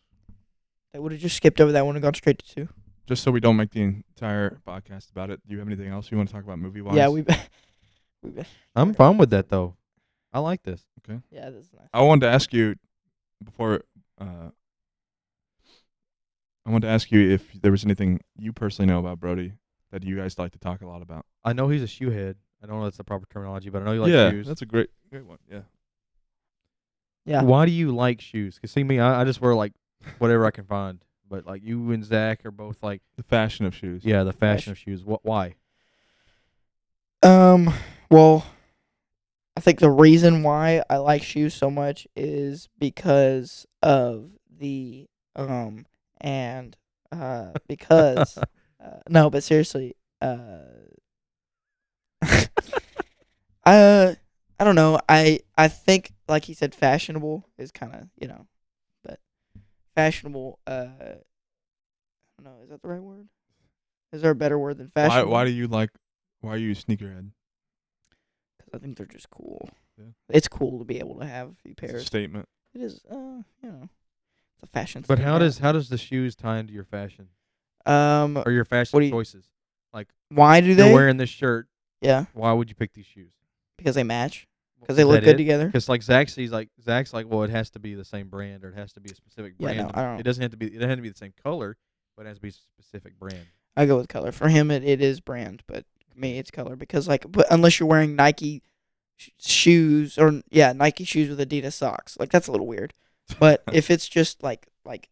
Speaker 2: they would have just skipped over that one and gone straight to two.
Speaker 1: just so we don't make the entire podcast about it, do you have anything else you want to talk about movie wise?
Speaker 2: Yeah, we. we
Speaker 3: I'm fine with that though. I like this.
Speaker 2: yeah, that's nice.
Speaker 1: I wanted to ask you before. Uh, I wanted to ask you if there was anything you personally know about Brody that you guys like to talk a lot about.
Speaker 3: I know he's a shoe head. I don't know if that's the proper terminology, but I know you like
Speaker 1: yeah,
Speaker 3: shoes.
Speaker 1: that's a great, great one. Yeah,
Speaker 2: Yeah.
Speaker 3: Why do you like shoes? Cause see me, I, I just wear like whatever I can find. But like you and Zach are both like,
Speaker 1: the fashion of shoes.
Speaker 3: yeah, the fashion of shoes. What? Why?
Speaker 2: Um, well, I think the reason why I like shoes so much is because of the um and uh because uh, no, but seriously, uh uh I don't know. I I think like he said fashionable is kind of, you know, but fashionable uh I don't know, is that the right word? Is there a better word than
Speaker 1: Why?
Speaker 2: fashionable?
Speaker 1: Why do you like? Why are you a sneakerhead?
Speaker 2: because I think they're just cool.
Speaker 1: Yeah.
Speaker 2: It's cool to be able to have a few
Speaker 1: It's a
Speaker 2: pairs.
Speaker 1: statement.
Speaker 2: It is, uh, you know, it's a fashion.
Speaker 3: but
Speaker 2: thing
Speaker 3: how
Speaker 2: now.
Speaker 3: does how does the shoes tie into your fashion
Speaker 2: um
Speaker 3: or your
Speaker 2: What
Speaker 3: fashion
Speaker 2: do you-
Speaker 3: choices?
Speaker 2: why do
Speaker 3: You're
Speaker 2: they?
Speaker 3: wearing this shirt.
Speaker 2: yeah,
Speaker 3: Why would you pick these shoes?
Speaker 2: because they match. Because they look good together.
Speaker 3: Because like Zach sees like Zach's like, well, it has to be the same brand or it has to be a specific
Speaker 2: Yeah,
Speaker 3: brand.
Speaker 2: no, I don't-
Speaker 3: It doesn't have to be. It doesn't have to be the same color, but it has to be a specific brand.
Speaker 2: I go with color. For him, it, it is brand, but me, it's color because like, but unless you're wearing Nike sh- shoes or yeah, Nike shoes with Adidas socks, like that's a little weird. But if it's just like like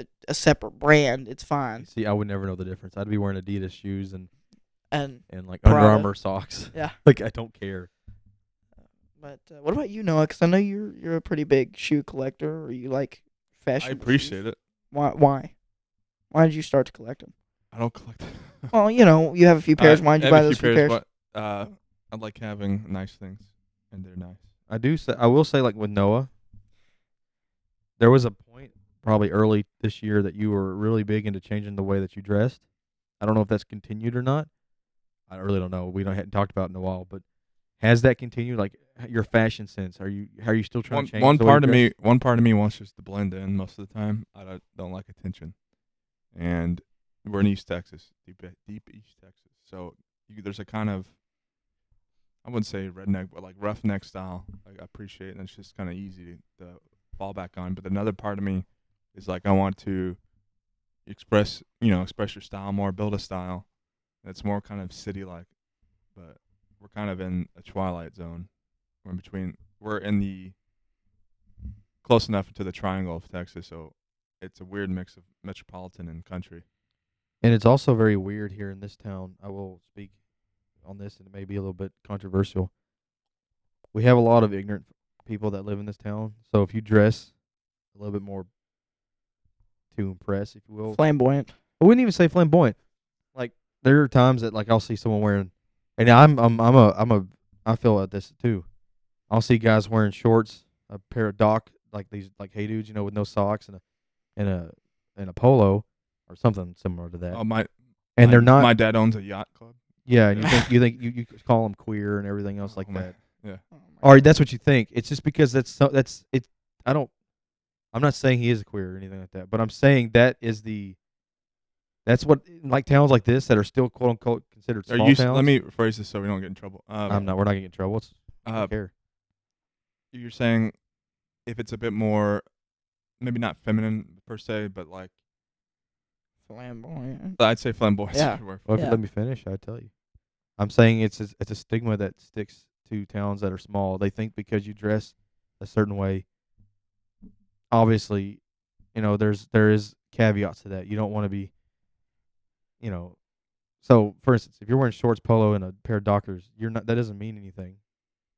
Speaker 2: a, a separate brand, it's fine.
Speaker 3: See, I would never know the difference. I'd be wearing Adidas shoes and
Speaker 2: And
Speaker 3: and like Under
Speaker 2: Prada.
Speaker 3: Armour socks.
Speaker 2: Yeah.
Speaker 3: like I don't care.
Speaker 2: But uh, what about you, Noah? Because I know you're you're a pretty big shoe collector, or you like fashion.
Speaker 1: I appreciate it.
Speaker 2: Why? Why? Why did you start to collect them?
Speaker 1: I don't collect. Uh,
Speaker 2: Well, you know, you have a few pairs.
Speaker 1: I
Speaker 2: Why did you
Speaker 1: have a few
Speaker 2: buy those few pairs?
Speaker 1: But, uh, I like having nice things, and they're nice.
Speaker 3: I do say I will say like with Noah, there was a point probably early this year that you were really big into changing the way that you dressed. I don't know if that's continued or not. I really don't know. We don't hadn't talked about it in a while, but has that continued? Like h- your fashion sense? Are you are you still trying
Speaker 1: One,
Speaker 3: to change?
Speaker 1: one
Speaker 3: the way you
Speaker 1: part of
Speaker 3: dress?
Speaker 1: me, one part of me wants just to blend in most of the time. I don't, don't like attention, and we're in East Texas, deep deep East Texas. So you, there's a kind of, I wouldn't say redneck, but like roughneck style. Like I appreciate, and it's just kind of easy to, to fall back on. But another part of me is like I want to express, you know, express your style more, build a style that's more kind of city like. But we're kind of in a twilight zone. We're in between. We're in the close enough to the triangle of Texas, so it's a weird mix of metropolitan and country.
Speaker 3: And it's also very weird here in this town. I will speak on this, and it may be a little bit controversial. We have a lot of ignorant people that live in this town. So if you dress a little bit more to impress, if you will,
Speaker 2: Flamboyant.
Speaker 3: I wouldn't even say flamboyant. Like there are times that like I'll see someone wearing, and I'm I'm I'm a I'm a I feel at this too. I'll see guys wearing shorts, a pair of doc like these like hey dudes, you know, with no socks and a and a and a polo or something similar to that.
Speaker 1: Oh my!
Speaker 3: and
Speaker 1: my-
Speaker 3: they're not
Speaker 1: My dad owns a yacht club.
Speaker 3: yeah. And you think you think you, you call them queer and everything else like
Speaker 1: Oh my-
Speaker 3: that.
Speaker 2: Oh my
Speaker 3: Or
Speaker 2: God.
Speaker 3: that's what you think. It's just because that's so, that's it. I don't. I'm not saying he is queer or anything like that, but I'm saying that is the. That's what like towns like this that are still quote unquote considered
Speaker 1: Are
Speaker 3: small
Speaker 1: you,
Speaker 3: towns.
Speaker 1: let me rephrase this so we don't get in trouble. Um,
Speaker 3: I'm not. We're not gonna get in trouble. It's, I
Speaker 1: Uh,
Speaker 3: don't care.
Speaker 1: you're saying if it's a bit more, maybe not feminine per se, but like
Speaker 2: Flamboyant.
Speaker 1: I'd say flamboyant.
Speaker 2: Yeah.
Speaker 3: Well, if
Speaker 2: yeah.
Speaker 3: you let me finish, I tell you. I'm saying it's a, it's a stigma that sticks to towns that are small. They think because you dress a certain way, obviously, you know, there's there is caveats to that. You don't want to be, you know, so for instance, if you're wearing shorts, polo, and a pair of Dockers, you're not. That doesn't mean anything,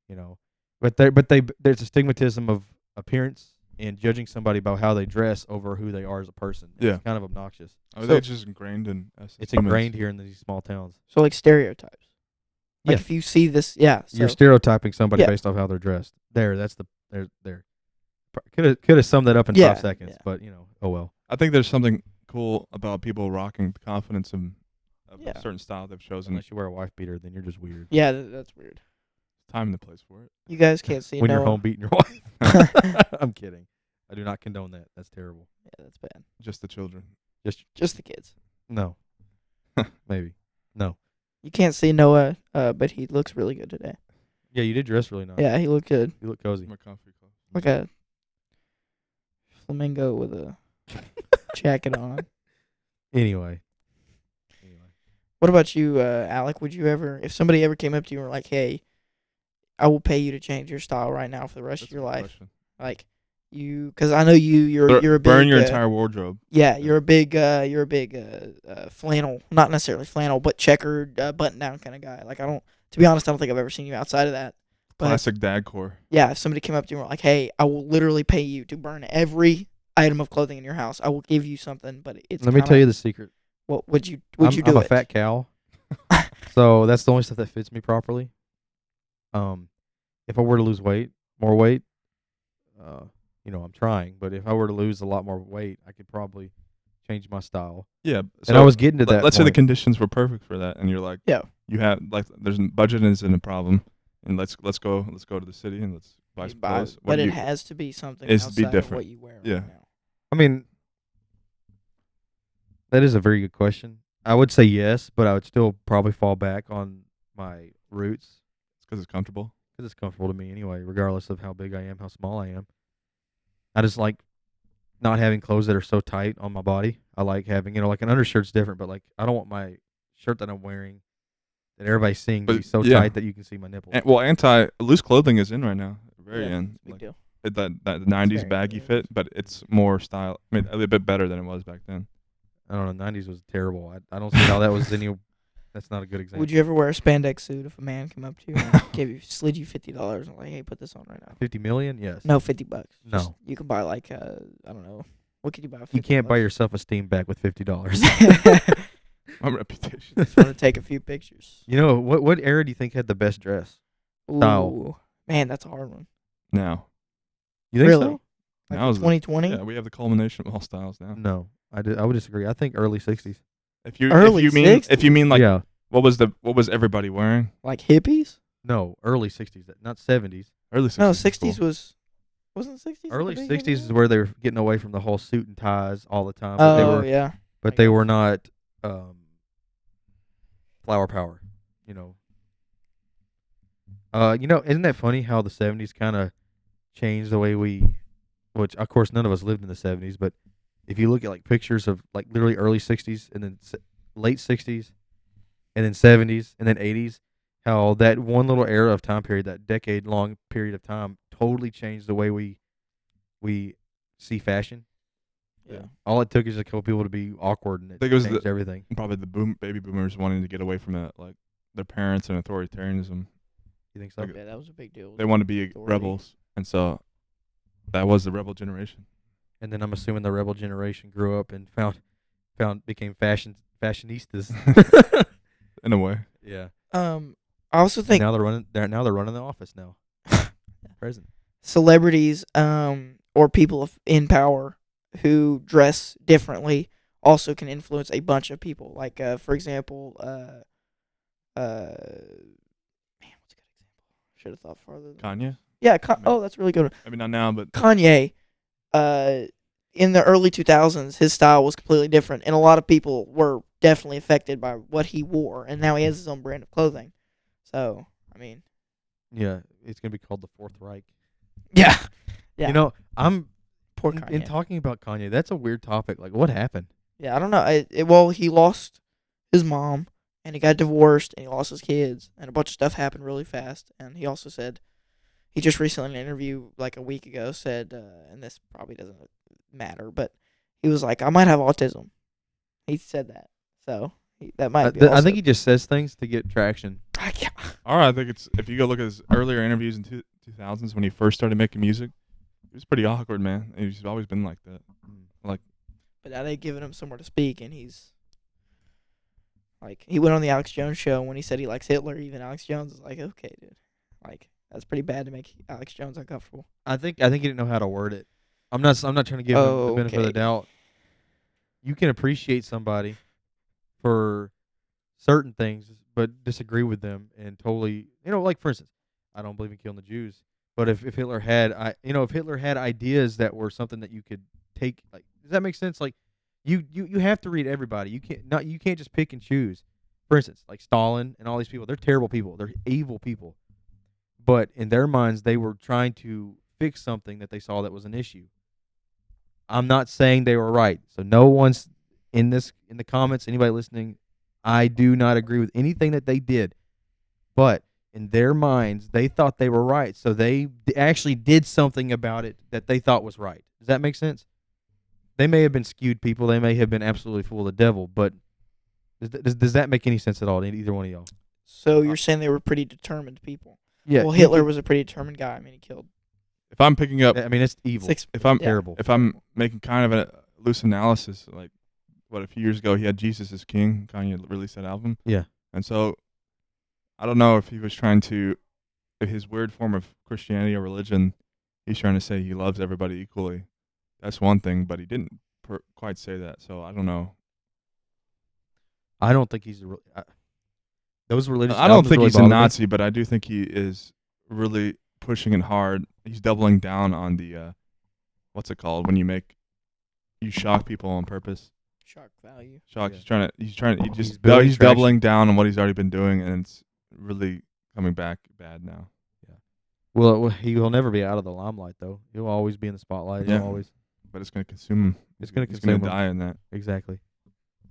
Speaker 3: you know. But there, but they, there's a stigmatism of appearance and judging somebody by how they dress over who they are as a person. and
Speaker 1: Yeah.
Speaker 3: it's kind of obnoxious.
Speaker 1: I
Speaker 2: So-
Speaker 1: think it's just ingrained in us. as
Speaker 3: It's
Speaker 1: humans.
Speaker 3: ingrained here in these small towns.
Speaker 2: So like stereotypes. Like
Speaker 3: Yeah.
Speaker 2: if you see this, yeah. So
Speaker 3: You're stereotyping somebody
Speaker 2: Yeah.
Speaker 3: based off how they're dressed. There, that's the there there. Could have could have summed that up in
Speaker 2: Yeah,
Speaker 3: five seconds,
Speaker 2: yeah.
Speaker 3: but you know, oh well.
Speaker 1: I think there's something cool about people rocking the confidence in of
Speaker 2: Yeah.
Speaker 1: a certain style they've chosen.
Speaker 3: Unless you wear a wife beater, then you're just weird.
Speaker 2: yeah, th- that's weird.
Speaker 1: Time and the place for it.
Speaker 2: You guys can't see
Speaker 3: when
Speaker 2: Noah.
Speaker 3: you're home beating your wife. I'm kidding. I do not condone that. That's terrible.
Speaker 2: Yeah, that's bad.
Speaker 1: Just the children.
Speaker 3: Just
Speaker 2: Just the kids.
Speaker 3: no. Maybe. No.
Speaker 2: You can't see Noah, uh, but he looks really good today.
Speaker 3: Yeah, you did dress really nice.
Speaker 2: Yeah, he looked good,
Speaker 3: You look cozy.
Speaker 1: More comfy clothes.
Speaker 2: like a flamingo with a jacket on.
Speaker 3: Anyway. Anyway.
Speaker 2: What about you, uh, Alec? Would you ever, if somebody ever came up to you and were like, "Hey, I will pay you to change your style right now for the rest
Speaker 1: That's
Speaker 2: of your
Speaker 1: a good
Speaker 2: life,"
Speaker 1: question.
Speaker 2: like you, because I know you, you're
Speaker 1: Bur-
Speaker 2: you're a big,
Speaker 1: burn your
Speaker 2: uh,
Speaker 1: entire wardrobe.
Speaker 2: yeah, you're a big, uh, you're a big uh, uh, flannel, not necessarily flannel, but checkered uh, button down kind of guy. Like I don't, to be honest, I don't think I've ever seen you outside of that. But
Speaker 1: Classic dad core.
Speaker 2: yeah, if somebody came up to you and were like, "Hey, I will literally pay you to burn every item of clothing in your house. I will give you something, but it's
Speaker 3: Let me
Speaker 2: kinda-
Speaker 3: tell you the secret.
Speaker 2: what would you would
Speaker 3: I'm,
Speaker 2: you do
Speaker 3: I'm
Speaker 2: it?
Speaker 3: a fat cow, so that's the only stuff that fits me properly. Um, if I were to lose weight, more weight, uh, you know, I'm trying. But if I were to lose a lot more weight, I could probably change my style.
Speaker 1: Yeah.
Speaker 3: and I was getting to
Speaker 1: Let-
Speaker 3: that.
Speaker 1: Let's say the
Speaker 3: point.
Speaker 1: conditions were perfect for that, and you're like,
Speaker 2: Yeah.
Speaker 1: you have like there's n- budget isn't a problem, and let's let's go let's go to the city and let's buy
Speaker 2: You
Speaker 1: some
Speaker 2: buy-
Speaker 1: clothes. What
Speaker 2: but
Speaker 1: do
Speaker 2: it
Speaker 1: you-
Speaker 2: has to be something
Speaker 1: It's
Speaker 2: outside
Speaker 1: be
Speaker 2: of what
Speaker 1: different.
Speaker 2: you wear.
Speaker 1: Yeah.
Speaker 2: Right now.
Speaker 3: I mean, that is a very good question. I would say yes, but I would still probably fall back on my roots.
Speaker 1: it's because it's comfortable.
Speaker 3: because it's comfortable to me anyway, regardless of how big I am, how small I am. I just like not having clothes that are so tight on my body. I like having, you know, like an undershirt's different, but like I don't want my shirt that I'm wearing that everybody's seeing to
Speaker 1: But,
Speaker 3: be so
Speaker 1: yeah.
Speaker 3: tight that you can see my nipples.
Speaker 1: And, well, anti loose clothing is in right now, very
Speaker 2: Yeah,
Speaker 1: in.
Speaker 2: it's a big
Speaker 1: Like,
Speaker 2: deal.
Speaker 1: it- that that '90s
Speaker 2: very
Speaker 1: baggy
Speaker 2: good.
Speaker 1: fit, but it's more style. I mean, a little bit better than it was back then.
Speaker 3: I don't know, '90s was terrible. I, I don't see how that was any. That's not a good example.
Speaker 2: Would you ever wear a spandex suit if a man came up to you and gave you slid you fifty dollars and like, hey, put this on right now?
Speaker 3: Fifty million? Yes.
Speaker 2: No, fifty bucks.
Speaker 3: No.
Speaker 2: You can buy like uh, I don't know, what could you buy?
Speaker 3: You can't buy yourself a steam back with fifty dollars.
Speaker 1: My reputation.
Speaker 2: Just want to take a few pictures.
Speaker 3: you know what? What era do you think had the best dress? Style.
Speaker 2: Ooh, man, that's a hard one.
Speaker 1: Now,
Speaker 3: You think
Speaker 2: Really?
Speaker 3: so?
Speaker 1: Now
Speaker 2: Like
Speaker 1: is the-
Speaker 2: twenty twenty.
Speaker 1: yeah, we have the culmination of all styles now.
Speaker 3: No, I, do, I would disagree. I think early '60s.
Speaker 1: If you
Speaker 2: Early
Speaker 1: if you mean if you mean like
Speaker 3: yeah.
Speaker 1: what was the what was everybody wearing?
Speaker 2: Like hippies?
Speaker 3: No, early '60s, that- not '70s.
Speaker 1: Early 60s.
Speaker 2: No,
Speaker 1: was
Speaker 2: sixties
Speaker 1: cool.
Speaker 2: was wasn't sixties.
Speaker 3: Early '60s is where they were getting away from the whole suit and ties all the time. But
Speaker 2: Oh
Speaker 3: they were,
Speaker 2: yeah.
Speaker 3: but they were not um, flower power. You know. Uh, you know, isn't that funny how the '70s kind of changed the way we which of course none of us lived in the 70s, but if you look at like pictures of like literally early 60s and then s- late 60s and then 70s and then 80s, how that one little era of time period, that decade long period of time, totally changed the way we we see fashion.
Speaker 2: Yeah.
Speaker 3: All it took is a couple people to be awkward and it,
Speaker 1: I think it was
Speaker 3: changed
Speaker 1: the-
Speaker 3: everything.
Speaker 1: Probably the boom baby boomers wanting to get away from that, like their parents and authoritarianism.
Speaker 3: You think so?
Speaker 1: Like,
Speaker 2: Yeah, that was a big deal.
Speaker 1: They want to be
Speaker 2: Authority.
Speaker 1: rebels, and so that was the rebel generation.
Speaker 3: and then I'm assuming the rebel generation grew up and found found became fashion fashionistas.
Speaker 1: In a way,
Speaker 3: yeah.
Speaker 2: Um, I also
Speaker 3: And
Speaker 2: think
Speaker 3: now they're running. They're now they're running the office now. Present.
Speaker 2: celebrities, um, or people of, in power who dress differently also can influence a bunch of people. Like, uh, for example, uh, uh, man, what's a good example? Should have thought farther. Than
Speaker 1: Kanye.
Speaker 2: yeah. Con- oh, that's a really good. one.
Speaker 1: I mean, not now, but
Speaker 2: Kanye, uh, in the early 2000s, his style was completely different, and a lot of people were definitely affected by what he wore, and now he has his own brand of clothing. So, I mean,
Speaker 3: Yeah, it's gonna be called the Fourth Reich.
Speaker 2: yeah, yeah.
Speaker 3: You know, I'm
Speaker 2: poor
Speaker 3: in,
Speaker 2: Kanye.
Speaker 3: in talking about Kanye. That's a weird topic. Like, what happened?
Speaker 2: yeah, I don't know. It, it, well, he lost his mom, and he got divorced, and he lost his kids, and a bunch of stuff happened really fast. And he also said, he just recently in an interview like a week ago said, uh, and this probably doesn't matter, but he was like, I might have autism. He said that, so he, that might
Speaker 3: I,
Speaker 2: be.
Speaker 3: th- I
Speaker 2: also-
Speaker 3: think he just says things to get traction.
Speaker 2: I can't-
Speaker 1: all right. I think it's if you go look at his earlier interviews in two thousands when he first started making music, he was pretty awkward, man. And he's always been like that.
Speaker 2: Mm. but now they've given him somewhere to speak, and he's like, he went on the Alex Jones show and when he said he likes Hitler. Even Alex Jones is like, okay, dude, like that's pretty bad to make Alex Jones uncomfortable.
Speaker 3: I think I think he didn't know how to word it. I'm not. s- I'm not trying to give him the
Speaker 2: Oh,
Speaker 3: benefit of the
Speaker 2: okay.
Speaker 3: doubt. You can appreciate somebody for certain things, but disagree with them and totally. You know, like for instance, I don't believe in killing the Jews, but if, if Hitler had, I you know, if Hitler had ideas that were something that you could take, like, does that make sense? Like, you you you have to read everybody. You can't not you can't just pick and choose. For instance, like Stalin and all these people, they're terrible people. They're evil people but in their minds they were trying to fix something that they saw that was an issue i'm not saying they were right so no one's in this in the comments anybody listening i do not agree with anything that they did but in their minds they thought they were right so they d- actually did something about it that they thought was right does that make sense they may have been skewed people they may have been absolutely full of the devil but does, th- does, does that make any sense at all to either one of y'all
Speaker 2: So you're saying they were pretty determined people.
Speaker 3: Uh, yeah
Speaker 2: well, Hitler was a pretty determined guy. I mean, he killed
Speaker 1: If I'm picking up,
Speaker 3: i mean it's evil
Speaker 2: six.
Speaker 1: if I'm
Speaker 2: yeah.
Speaker 3: terrible
Speaker 1: if I'm making kind of a loose analysis, like what a few years ago he had Jesus is King, Kanye released that album.
Speaker 3: Yeah.
Speaker 1: And so I don't know if he was trying to if his weird form of Christianity or religion, he's trying to say he loves everybody equally. That's one thing, but he didn't per- quite say that. So I don't know.
Speaker 3: I don't think he's a. Re- I, those religious.
Speaker 1: I don't
Speaker 3: albums
Speaker 1: think
Speaker 3: really
Speaker 1: he's a
Speaker 3: bother me.
Speaker 1: Nazi, but I do think he is really pushing it hard. He's doubling down on the uh what's it called when you make you shock people on purpose.
Speaker 2: shock value.
Speaker 1: Shock.
Speaker 3: Yeah.
Speaker 1: He's trying to. He's trying to. He
Speaker 3: He's
Speaker 1: just. He's,
Speaker 3: building
Speaker 1: he's
Speaker 3: traction.
Speaker 1: doubling down on what he's already been doing, and it's really coming back bad now.
Speaker 3: Well, it will- he will never be out of the limelight, though. He'll always be in the spotlight.
Speaker 1: Yeah.
Speaker 3: He'll always
Speaker 1: But it's going to consume him.
Speaker 3: It's gonna
Speaker 1: he's
Speaker 3: consume him.
Speaker 1: gonna die in that.
Speaker 3: exactly.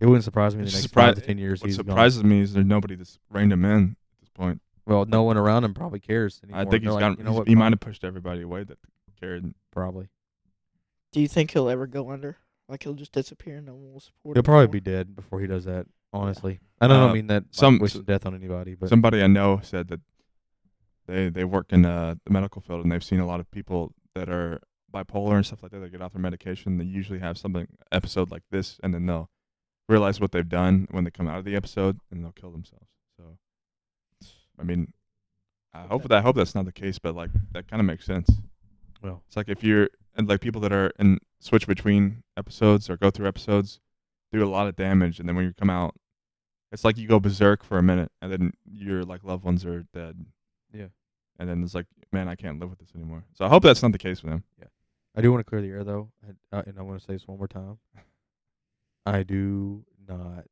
Speaker 3: It wouldn't surprise me. in
Speaker 1: It's
Speaker 3: The next
Speaker 1: surpri-
Speaker 3: five to ten years,
Speaker 1: What
Speaker 3: he's gone.
Speaker 1: surprises me is there's nobody that's reined him in at this point.
Speaker 3: Well, no one around him probably cares anymore.
Speaker 1: I think
Speaker 3: They're
Speaker 1: he's
Speaker 3: like,
Speaker 1: got.
Speaker 3: You know
Speaker 1: he's-
Speaker 3: what?
Speaker 1: he might have pushed everybody away that cared.
Speaker 3: Probably.
Speaker 2: Do you think he'll ever go under? Like he'll just disappear and no one will support
Speaker 3: He'll
Speaker 2: him.
Speaker 3: probably
Speaker 2: anymore?
Speaker 3: be dead before he does that. Honestly, I don't know,
Speaker 1: Uh,
Speaker 3: mean that like,
Speaker 1: some-
Speaker 3: wishing death on anybody, but
Speaker 1: Somebody I know said that they they work in uh, the medical field and they've seen a lot of people that are bipolar and stuff like that. They get off their medication. They usually have something episode like this, and then they'll realize what they've done when they come out of the episode, and they'll kill themselves. So, I mean, I hope that I hope that's not the case, but like that kind of makes sense.
Speaker 3: well,
Speaker 1: It's like if you're and like people that are in switch between episodes or go through episodes do a lot of damage, and then when you come out, it's like you go berserk for a minute, and then your like loved ones are dead.
Speaker 3: Yeah.
Speaker 1: And then it's like, man, I can't live with this anymore. So I hope that's not the case with him.
Speaker 3: I do want to clear the air though, and, uh, and I want to say this one more time. I do not,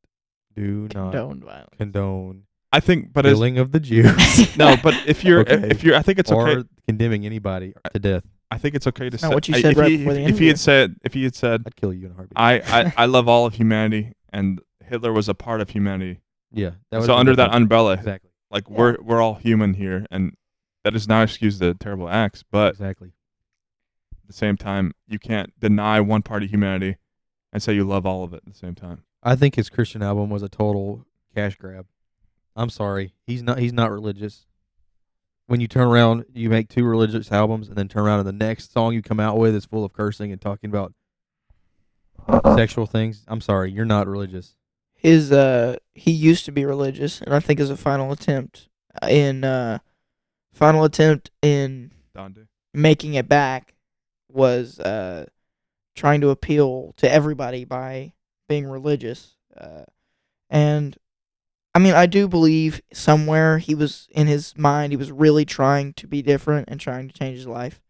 Speaker 3: do not
Speaker 2: condoned violence.
Speaker 3: condone
Speaker 1: I think, but it's,
Speaker 3: killing of the Jew.
Speaker 1: no, but if you're
Speaker 3: Okay.
Speaker 1: if you're, I think it's
Speaker 3: or
Speaker 1: okay.
Speaker 3: condemning anybody to death.
Speaker 1: I think it's okay to
Speaker 2: It's
Speaker 1: say
Speaker 2: not what you
Speaker 1: I-
Speaker 2: said
Speaker 1: if
Speaker 2: right
Speaker 1: he,
Speaker 2: before the
Speaker 1: if he
Speaker 2: interview.
Speaker 1: had said if he had said
Speaker 3: I'd kill you in a heartbeat.
Speaker 1: I, I, I love all of humanity and Hitler was a part of humanity.
Speaker 3: yeah.
Speaker 1: so under that
Speaker 3: under
Speaker 1: umbrella,
Speaker 3: exactly
Speaker 1: like
Speaker 2: Yeah.
Speaker 1: we're we're all human here and that does not excuse the terrible acts, but
Speaker 3: exactly.
Speaker 1: at the same time, you can't deny one part of humanity and say you love all of it at the same time.
Speaker 3: I think his Christian album was a total cash grab. I'm sorry, he's not. He's not religious. When you turn around, you make two religious albums, and then turn around, and the next song you come out with is full of cursing and talking about sexual things. I'm sorry, you're not religious.
Speaker 2: his uh he used to be religious and i think is a final attempt in uh final attempt in
Speaker 1: Donde.
Speaker 2: making it back was uh trying to appeal to everybody by being religious uh and i mean i do believe somewhere he was in his mind he was really trying to be different and trying to change his life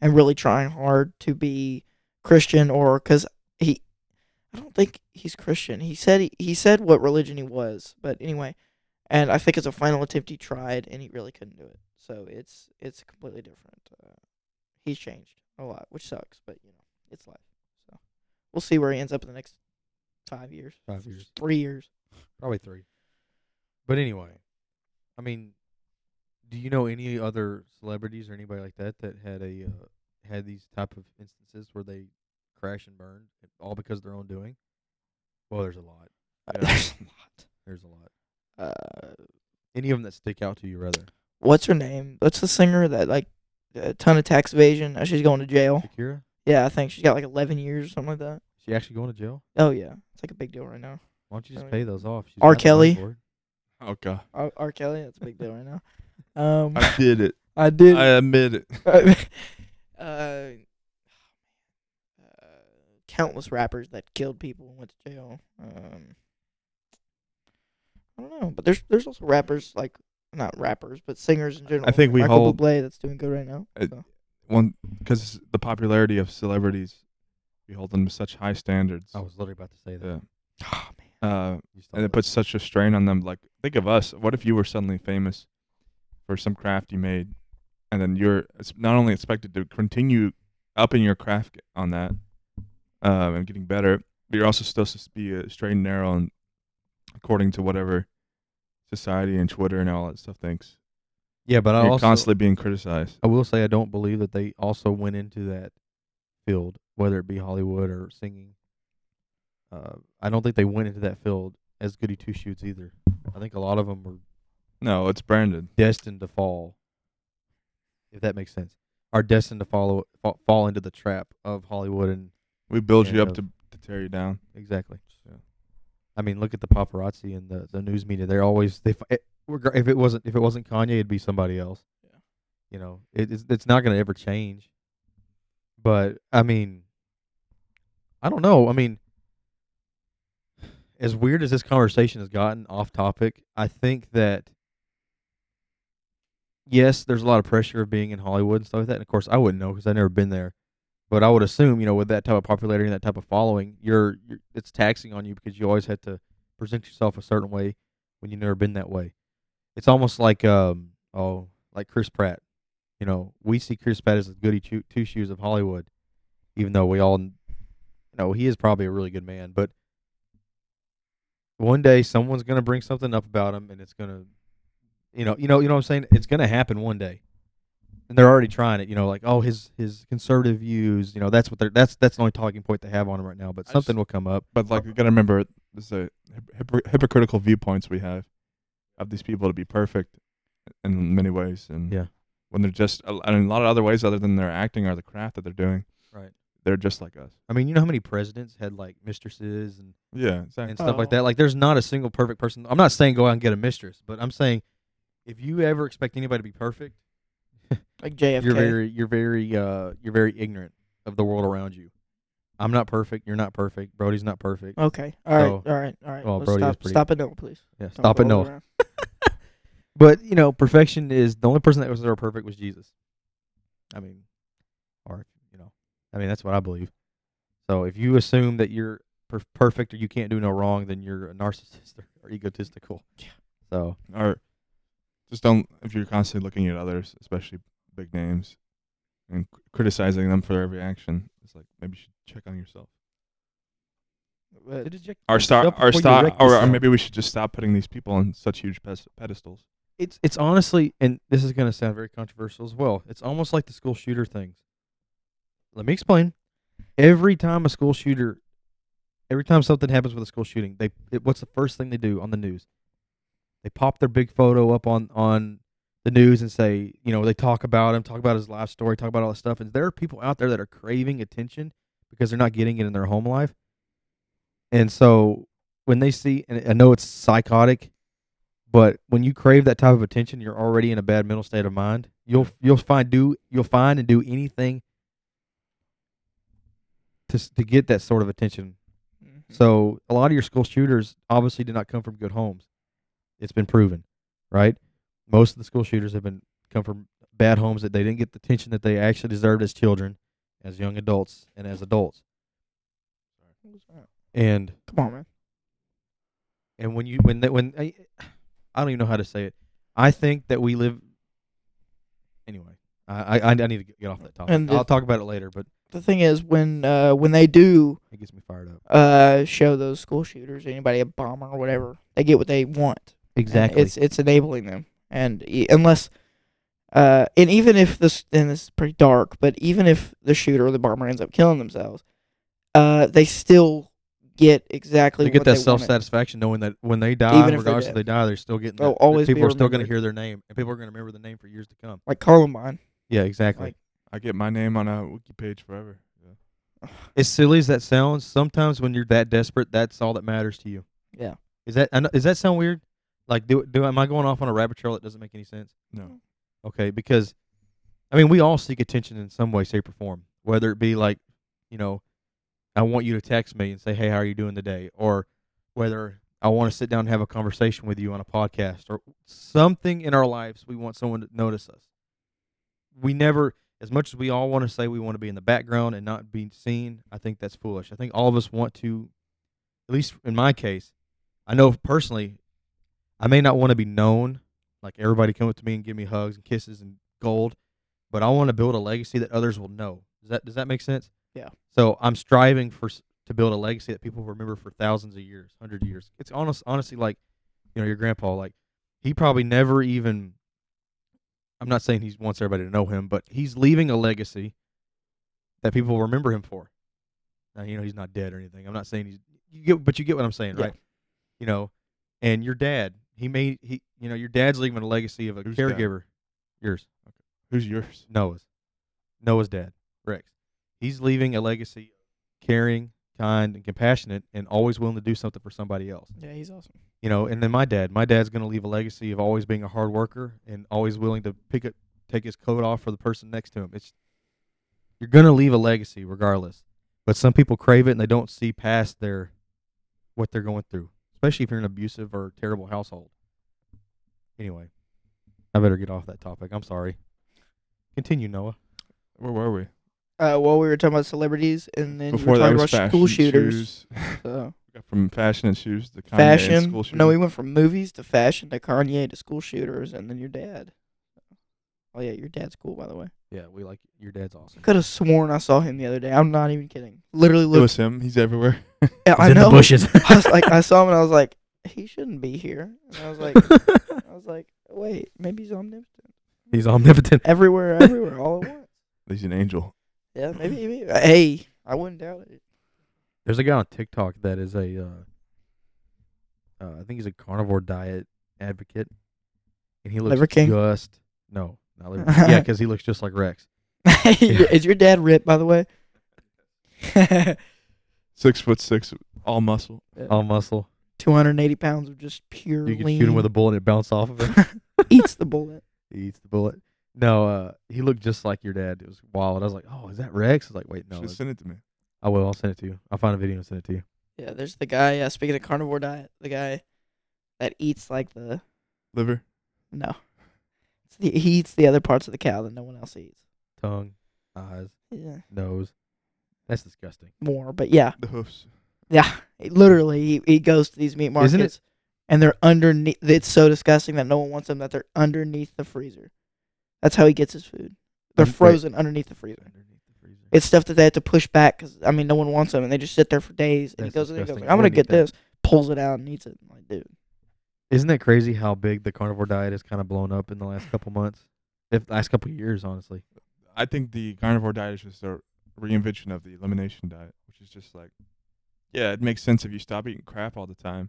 Speaker 2: and really trying hard to be christian or cuz he i don't think he's christian he said he, he said what religion he was but anyway and i think as a final attempt he tried and he really couldn't do it so it's it's completely different uh, he's changed a lot which sucks but you know it's life so we'll see where he ends up in the next 5 years
Speaker 3: Five years,
Speaker 2: 3 years
Speaker 3: probably three. But anyway, I mean, do you know any other celebrities or anybody like that that had a uh, had these type of instances where they crash and burn all because of their own doing? Well, there's a lot.
Speaker 2: Uh,
Speaker 3: Yeah.
Speaker 2: There's a
Speaker 3: There's a lot.
Speaker 2: lot. Uh,
Speaker 3: Any of them that stick out to you, rather?
Speaker 2: what's her name? What's the singer that like a ton of tax evasion? Uh, she's going to jail.
Speaker 3: Shakira.
Speaker 2: Yeah, I think she's got like 11 years or something like that.
Speaker 3: She actually going to jail?
Speaker 2: Oh yeah, it's like a big deal right now.
Speaker 3: Why don't you just
Speaker 2: Oh,
Speaker 3: pay
Speaker 2: yeah.
Speaker 3: those off? She's
Speaker 2: R.
Speaker 3: got the money
Speaker 2: Kelly?
Speaker 3: for it.
Speaker 1: Oh god.
Speaker 2: R, R. Kelly, that's a big deal right now. Um,
Speaker 1: I did it.
Speaker 2: I did.
Speaker 1: I admit it.
Speaker 2: uh, uh, countless rappers that killed people and went to jail. Um, I don't know, but there's there's also rappers like not rappers, but singers in general.
Speaker 1: think we
Speaker 2: Michael
Speaker 1: hold-
Speaker 2: Bublé that's doing good right now.
Speaker 1: Uh,
Speaker 2: so.
Speaker 1: One because the popularity of celebrities, we hold them to such high standards.
Speaker 3: I was literally about to say
Speaker 1: Oh,
Speaker 3: that.
Speaker 1: Yeah.
Speaker 2: Oh man.
Speaker 1: Uh,
Speaker 3: You stopped
Speaker 1: and
Speaker 3: me.
Speaker 1: it puts such a strain on them. Like, think of us. What if you were suddenly famous for some craft you made, and then you're it's not only expected to continue upping your craft on that um, and getting better, but you're also supposed to be uh, straight and narrow and according to whatever society and Twitter and all that stuff thinks.
Speaker 3: yeah, but I
Speaker 1: you're
Speaker 3: also
Speaker 1: constantly being criticized.
Speaker 3: I will say I don't believe that they also went into that field, whether it be Hollywood or singing. Uh, I don't think they went into that field as goody two shoots either. I think a lot of them were
Speaker 1: No, it's branded.
Speaker 3: destined to fall, if that makes sense, are destined to follow fall, fall into the trap of Hollywood and
Speaker 1: We build
Speaker 3: Yeah,
Speaker 1: you
Speaker 3: no.
Speaker 1: up to, to tear you down.
Speaker 3: Exactly.
Speaker 1: Yeah.
Speaker 3: I mean, look at the paparazzi and the, the news media. They're always they fi- it, regar- if it wasn't if it wasn't Kanye, it'd be somebody else.
Speaker 2: Yeah.
Speaker 3: You know, it, it's it's not going to ever change. But I mean, I don't know. I mean, as weird as this conversation has gotten off topic, I think that yes, there's a lot of pressure of being in Hollywood and stuff like that. And of course, I wouldn't know because I've never been there. But I would assume, you know, with that type of popularity and that type of following, you're, you're it's taxing on you because you always had to present yourself a certain way when you've never been that way. It's almost like um oh like Chris Pratt. You know, we see Chris Pratt as the goody two, two shoes of Hollywood, even though we all you know he is probably a really good man. But one day someone's gonna bring something up about him, and it's gonna, you know, you know, you know what I'm saying. It's gonna happen one day and they're already trying it. You know, like oh his his conservative views. You know that's what they're that's that's the only talking point they have on him right now. But
Speaker 1: I
Speaker 3: something
Speaker 1: just-
Speaker 3: will come up.
Speaker 1: But like, you gotta remember, this is a hypocr- hypocritical viewpoints we have of these people to be perfect in many ways, and
Speaker 3: Yeah.
Speaker 1: when they're just and in a lot of other ways other than their acting or the craft that they're doing,
Speaker 3: Right.
Speaker 1: They're just like us.
Speaker 3: I mean, you know how many presidents had like mistresses and,
Speaker 1: Yeah, exactly.
Speaker 3: and stuff like
Speaker 2: Oh.
Speaker 3: that. Like there's not a single perfect person. I'm not saying go out and get a mistress, but I'm saying if you ever expect anybody to be perfect,
Speaker 2: Like JFK.
Speaker 3: you're very you're very uh you're very ignorant of the world around you. I'm not perfect. You're not perfect. Brody's not perfect.
Speaker 2: okay. All right.
Speaker 3: So-
Speaker 2: all right. All right.
Speaker 3: Well,
Speaker 2: Let's
Speaker 3: Brody is
Speaker 2: stop.
Speaker 3: pretty-
Speaker 2: Stop it, Noah, please.
Speaker 3: Yeah,
Speaker 2: Don't
Speaker 3: stop it,
Speaker 2: go all
Speaker 3: Noah.
Speaker 2: around.
Speaker 3: But you know, perfection is the only person that was ever perfect was Jesus. I mean, or you know, I mean that's what I believe. So if you assume that you're per- perfect or you can't do no wrong, then you're a narcissist or, egotistical.
Speaker 2: Yeah.
Speaker 3: So
Speaker 1: Or just don't if you're constantly looking at others, especially big names, and c- criticizing them for every action. It's like maybe you should check on yourself.
Speaker 2: But
Speaker 1: Our star,
Speaker 3: Yourself
Speaker 1: our
Speaker 3: before you
Speaker 1: star,
Speaker 3: wreck
Speaker 1: or, or
Speaker 3: yourself.
Speaker 1: maybe we should just stop putting these people on such huge pes- pedestals.
Speaker 3: it's it's honestly, and this is going to sound very controversial as well. It's almost like the school shooter things. Let me explain. Every time a school shooter, every time something happens with a school shooting, they it, what's the first thing they do on the news? They pop their big photo up on on the news and say, you know, they talk about him, talk about his life story, talk about all this stuff. And there are people out there that are craving attention because they're not getting it in their home life. And so when they see, and I know it's psychotic, but when you crave that type of attention, you're already in a bad mental state of mind. You'll you'll find do you'll find and do anything to s- to get that sort of attention.
Speaker 2: Mhm.
Speaker 3: So a lot of your school shooters obviously did not come from good homes. It's been proven, right? Most of the school shooters have been come from bad homes that they didn't get the attention that they actually deserved as children, as young adults, and as adults. And
Speaker 2: come on, man.
Speaker 3: and when you when that when I, I don't even know how to say it. I think that we live. Anyway, I I, I need to get off that topic.
Speaker 2: And the-
Speaker 3: I'll talk about it later, but
Speaker 2: The thing is, when uh, when they do
Speaker 3: it gets me fired up.
Speaker 2: uh, show those school shooters, anybody a bomber or whatever, they get what they want. And It's it's enabling them, and e- unless, uh, and even if this and this is pretty dark, but even if the shooter or the bomber ends up killing themselves, uh, they still get exactly
Speaker 3: they
Speaker 2: what
Speaker 3: get that
Speaker 2: they
Speaker 3: self
Speaker 2: wanted.
Speaker 3: satisfaction knowing that when they die,
Speaker 2: Even if they're
Speaker 3: regardless if
Speaker 2: dead.
Speaker 3: they die, they're still getting.
Speaker 2: They'll
Speaker 3: that- that
Speaker 2: always be
Speaker 3: people are still going to
Speaker 2: remembered.
Speaker 3: hear their name, and people are going to remember the name for years to come.
Speaker 2: like Columbine.
Speaker 3: Yeah, exactly.
Speaker 2: Like-
Speaker 1: I get my name on a wiki page forever. Yeah.
Speaker 3: as silly as that sounds, sometimes when you're that desperate, that's all that matters to you.
Speaker 2: Yeah.
Speaker 3: Is that I know- does that sound weird? Like, do do am I going off on a rabbit trail that doesn't make any sense?
Speaker 1: No,
Speaker 3: Okay, because I mean, we all seek attention in some way, shape, or form. Whether it be like, you know, I want you to text me and say, "Hey, how are you doing today?" or whether I want to sit down and have a conversation with you on a podcast or something in our lives we want someone to notice us. We never as much as we all want to say we want to be in the background and not be seen, I think that's foolish. I think all of us want to at least in my case, I know personally I may not want to be known, like everybody come up to me and give me hugs and kisses and gold, but I want to build a legacy that others will know. Does that does that make sense?
Speaker 2: Yeah.
Speaker 3: So I'm striving for s- to build a legacy that people remember for thousands of years, hundred years. It's honest, honestly like, you know, your grandpa, like he probably never even. I'm not saying he wants everybody to know him, but he's leaving a legacy that people will remember him for. Now you know he's not dead or anything. I'm not saying he's, you get, but you get what I'm saying,
Speaker 2: Yeah.
Speaker 3: right? You know, and your dad, he made he, you know, your dad's leaving a legacy of a
Speaker 1: Who's dad?
Speaker 3: caregiver. Yours.
Speaker 1: who's yours?
Speaker 3: Noah's. Noah's dad, Rex. He's leaving a legacy of caring, kind, and compassionate, and always willing to do something for somebody else.
Speaker 2: Yeah, he's awesome.
Speaker 3: You know, and then my dad. My dad's going to leave a legacy of always being a hard worker and always willing to pick up, take his coat off for the person next to him. It's you're going to leave a legacy regardless. But some people crave it and they don't see past their what they're going through, especially if you're in an abusive or terrible household. Anyway, I better get off that topic. I'm sorry. Continue, Noah.
Speaker 1: Where were we?
Speaker 2: Uh, well, we were talking about celebrities, and then
Speaker 1: Before
Speaker 2: you
Speaker 1: that
Speaker 2: were
Speaker 1: was
Speaker 2: talking about
Speaker 1: fashion
Speaker 2: school shooters.
Speaker 1: shoes.
Speaker 2: So
Speaker 1: We got from fashion and shoes to Kanye and
Speaker 2: fashion.
Speaker 1: school shooters.
Speaker 2: No, we went from movies to fashion to Kanye to school shooters, and then your dad. Oh yeah, your dad's cool, by the way.
Speaker 3: Yeah, we like your dad's awesome.
Speaker 2: Could have sworn I saw him the other day. I'm not even kidding. Literally,
Speaker 1: It
Speaker 2: looked.
Speaker 1: was him. He's everywhere.
Speaker 2: I know.
Speaker 3: bushes.
Speaker 2: I was like, I saw him, and I was like, he shouldn't be here. And I was like, I was like, wait, maybe he's omnipotent.
Speaker 3: He's omnipotent.
Speaker 2: Everywhere, everywhere, all at once.
Speaker 1: He's an angel.
Speaker 2: Yeah, maybe. maybe. Hey, I wouldn't doubt it.
Speaker 3: There's a guy on TikTok that is a, uh, uh, I think he's a carnivore diet advocate, and he looks
Speaker 2: Liver King?
Speaker 3: just no, not liver. King. yeah, because he looks just like Rex.
Speaker 2: Is your dad ripped, by the way?
Speaker 1: Six foot six, all muscle.
Speaker 3: All muscle.
Speaker 2: 280 pounds of just pure
Speaker 3: You can
Speaker 2: lean.
Speaker 3: shoot him with a bullet and it bounce off of him.
Speaker 2: eats the bullet.
Speaker 3: he eats the bullet. No, uh, he looked just like your dad. It was wild. I was like, oh, is that Rex? I was like, wait, no.
Speaker 1: Should
Speaker 3: it's-
Speaker 1: send it to me.
Speaker 3: I will. I'll send it to you. I'll find a video and send it to you.
Speaker 2: Yeah, there's the guy. Uh, speaking of carnivore diet, the guy that eats like the
Speaker 1: Liver.
Speaker 2: no, it's the, he eats the other parts of the cow that no one else eats.
Speaker 3: Tongue, eyes,
Speaker 2: Yeah,
Speaker 3: nose. That's disgusting.
Speaker 2: more, but yeah,
Speaker 1: The hoofs.
Speaker 2: yeah. He- literally, he, he goes to these meat markets,
Speaker 3: Isn't it-
Speaker 2: and they're underneath. It's so disgusting that no one wants them. That they're underneath the freezer. That's how he gets his food. They're
Speaker 1: Wait.
Speaker 2: frozen underneath the freezer.
Speaker 3: Underneath the freezer.
Speaker 2: It's stuff that they have to push back because I mean no one wants them, and they just sit there for days. And he
Speaker 3: That's
Speaker 2: goes in there, and goes,
Speaker 3: disgusting.
Speaker 2: like, I'm
Speaker 3: I
Speaker 2: gonna
Speaker 3: wouldn't
Speaker 2: get
Speaker 3: eat that.
Speaker 2: this, pulls it out and eats it. I'm like, dude,
Speaker 3: Isn't that crazy how big the carnivore diet has kind of blown up in the last couple months? If last couple years, honestly.
Speaker 1: I think the carnivore diet is just a reinvention of the elimination diet, which is just like, yeah, it makes sense if you stop eating crap all the time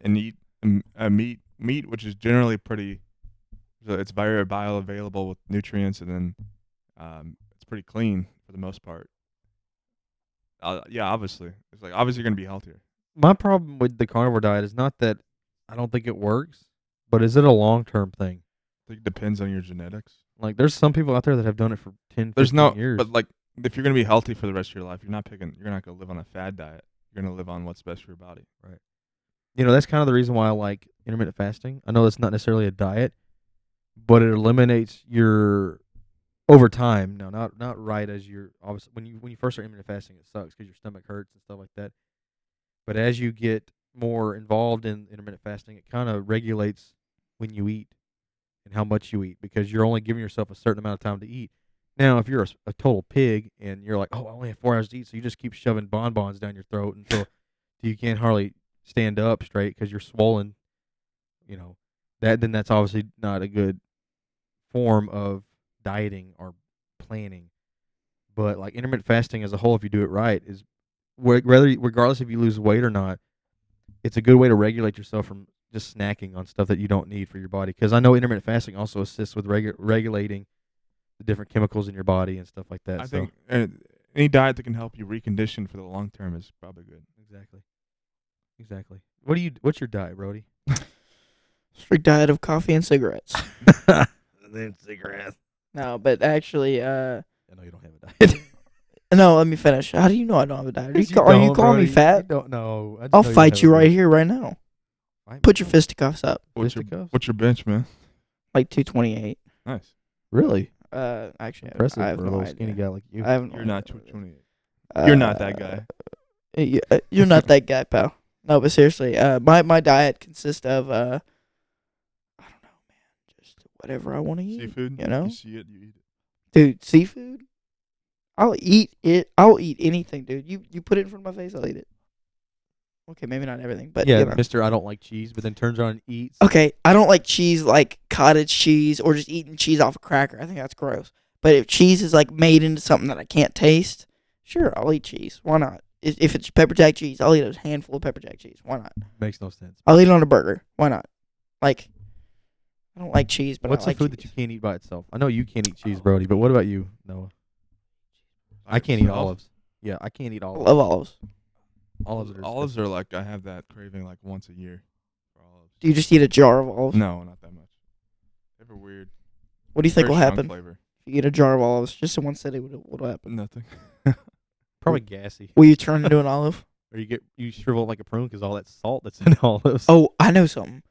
Speaker 1: and eat um, uh, meat, meat, which is generally pretty, so it's very bioavailable with nutrients, and then um, it's pretty clean for the most part. Uh, yeah, obviously, it's like obviously you're gonna be healthier.
Speaker 3: My problem with the carnivore diet is not that I don't think it works, but is it a long term thing?
Speaker 1: I think it depends on your genetics.
Speaker 3: Like there's some people out there that have done it for 10, 15
Speaker 1: There's no,
Speaker 3: years.
Speaker 1: but like if you're gonna be healthy for the rest of your life, you're not picking, you're not gonna live on a fad diet. You're gonna live on what's best for your body.
Speaker 3: you know, that's kind of the reason why I like intermittent fasting. I know that's not necessarily a diet, but it eliminates your over time. No, not not right as you're obviously when you when you first start intermittent fasting, it sucks because your stomach hurts and stuff like that. But as you get more involved in intermittent fasting, it kind of regulates when you eat and how much you eat because you're only giving yourself a certain amount of time to eat. Now, if you're a, s- a total pig and you're like, oh, I only have four hours to eat, so you just keep shoving bonbons down your throat until you can't hardly stand up straight because you're swollen, you know, that then that's obviously not a good form of dieting or planning. But like intermittent fasting as a whole, if you do it right, is whe- whether regardless if you lose weight or not, it's a good way to regulate yourself from just snacking on stuff that you don't need for your body. Because I know intermittent fasting also assists with regu- regulating the different chemicals in your body and stuff like that.
Speaker 1: I
Speaker 3: so.
Speaker 1: think uh, any diet that can help you recondition for the long term is probably good.
Speaker 3: exactly, exactly. What do you? What's your diet, Brody?
Speaker 2: strict diet of coffee and cigarettes.
Speaker 3: then cigarettes.
Speaker 2: no, but actually, uh,
Speaker 3: I know you don't have a diet.
Speaker 2: no. Let me finish. How do you know I don't have a diet? Are you,
Speaker 3: You
Speaker 2: ca- are you
Speaker 3: don't,
Speaker 2: calling
Speaker 3: Brody.
Speaker 2: me fat?
Speaker 3: You don't know. I just
Speaker 2: I'll
Speaker 3: know
Speaker 2: fight
Speaker 3: have
Speaker 2: you
Speaker 3: a
Speaker 2: right
Speaker 3: diet.
Speaker 2: here, right now.
Speaker 3: Fight me.
Speaker 2: Put your fisticuffs up,
Speaker 1: What's your,
Speaker 3: Fisticuffs?
Speaker 1: what's your bench, man?
Speaker 2: like 228.
Speaker 1: Nice.
Speaker 3: Really
Speaker 2: Uh, actually,
Speaker 3: impressive
Speaker 2: I have
Speaker 3: for
Speaker 2: no
Speaker 3: a little
Speaker 2: idea.
Speaker 3: skinny guy like you.
Speaker 2: I haven't.
Speaker 1: You're not 228. You're not that guy.
Speaker 2: Uh, y- uh, You're not that guy, pal. No, but seriously, uh, my my diet consists of uh, I don't know, man, just whatever I want to eat,
Speaker 1: Seafood.
Speaker 2: you know?
Speaker 1: You see it, you eat it.
Speaker 2: dude. Seafood. I'll eat it. I'll eat anything, dude. You you put it in front of my face, I'll eat it. Okay, maybe not everything, but
Speaker 3: yeah,
Speaker 2: you know.
Speaker 3: Mister, I don't like cheese, but then turns around and eats.
Speaker 2: okay, I don't like cheese like cottage cheese or just eating cheese off a cracker. I think that's gross. But if cheese is like made into something that I can't taste, sure, I'll eat cheese. Why not? If, if it's pepper jack cheese, I'll eat a handful of pepper jack cheese. Why not?
Speaker 3: Makes no sense.
Speaker 2: I'll eat it on a burger. Why not? Like, I don't like cheese, Oh. but
Speaker 3: What's
Speaker 2: I like
Speaker 3: a food that you can't eat by itself? I know you can't eat cheese, Brody, but what about you, Noah? I can't eat
Speaker 1: Myself?
Speaker 3: olives. Yeah, I can't eat
Speaker 2: I
Speaker 3: olives.
Speaker 2: love olives.
Speaker 3: Olives are
Speaker 1: Olives are like I have that craving like once a year for olives.
Speaker 2: Do you just eat a jar of
Speaker 3: Mm,
Speaker 2: olives?
Speaker 1: No, not that much. They have a weird.
Speaker 2: What do you think
Speaker 1: very
Speaker 2: will
Speaker 1: strong
Speaker 2: happen
Speaker 1: Flavor.
Speaker 2: if you eat a jar of olives? Just in one city, what will happen?
Speaker 1: Nothing.
Speaker 3: probably gassy.
Speaker 2: Will you turn into an olive?
Speaker 3: Or you get you shrivel up like a prune because all that salt that's in olives.
Speaker 2: Oh, I know something.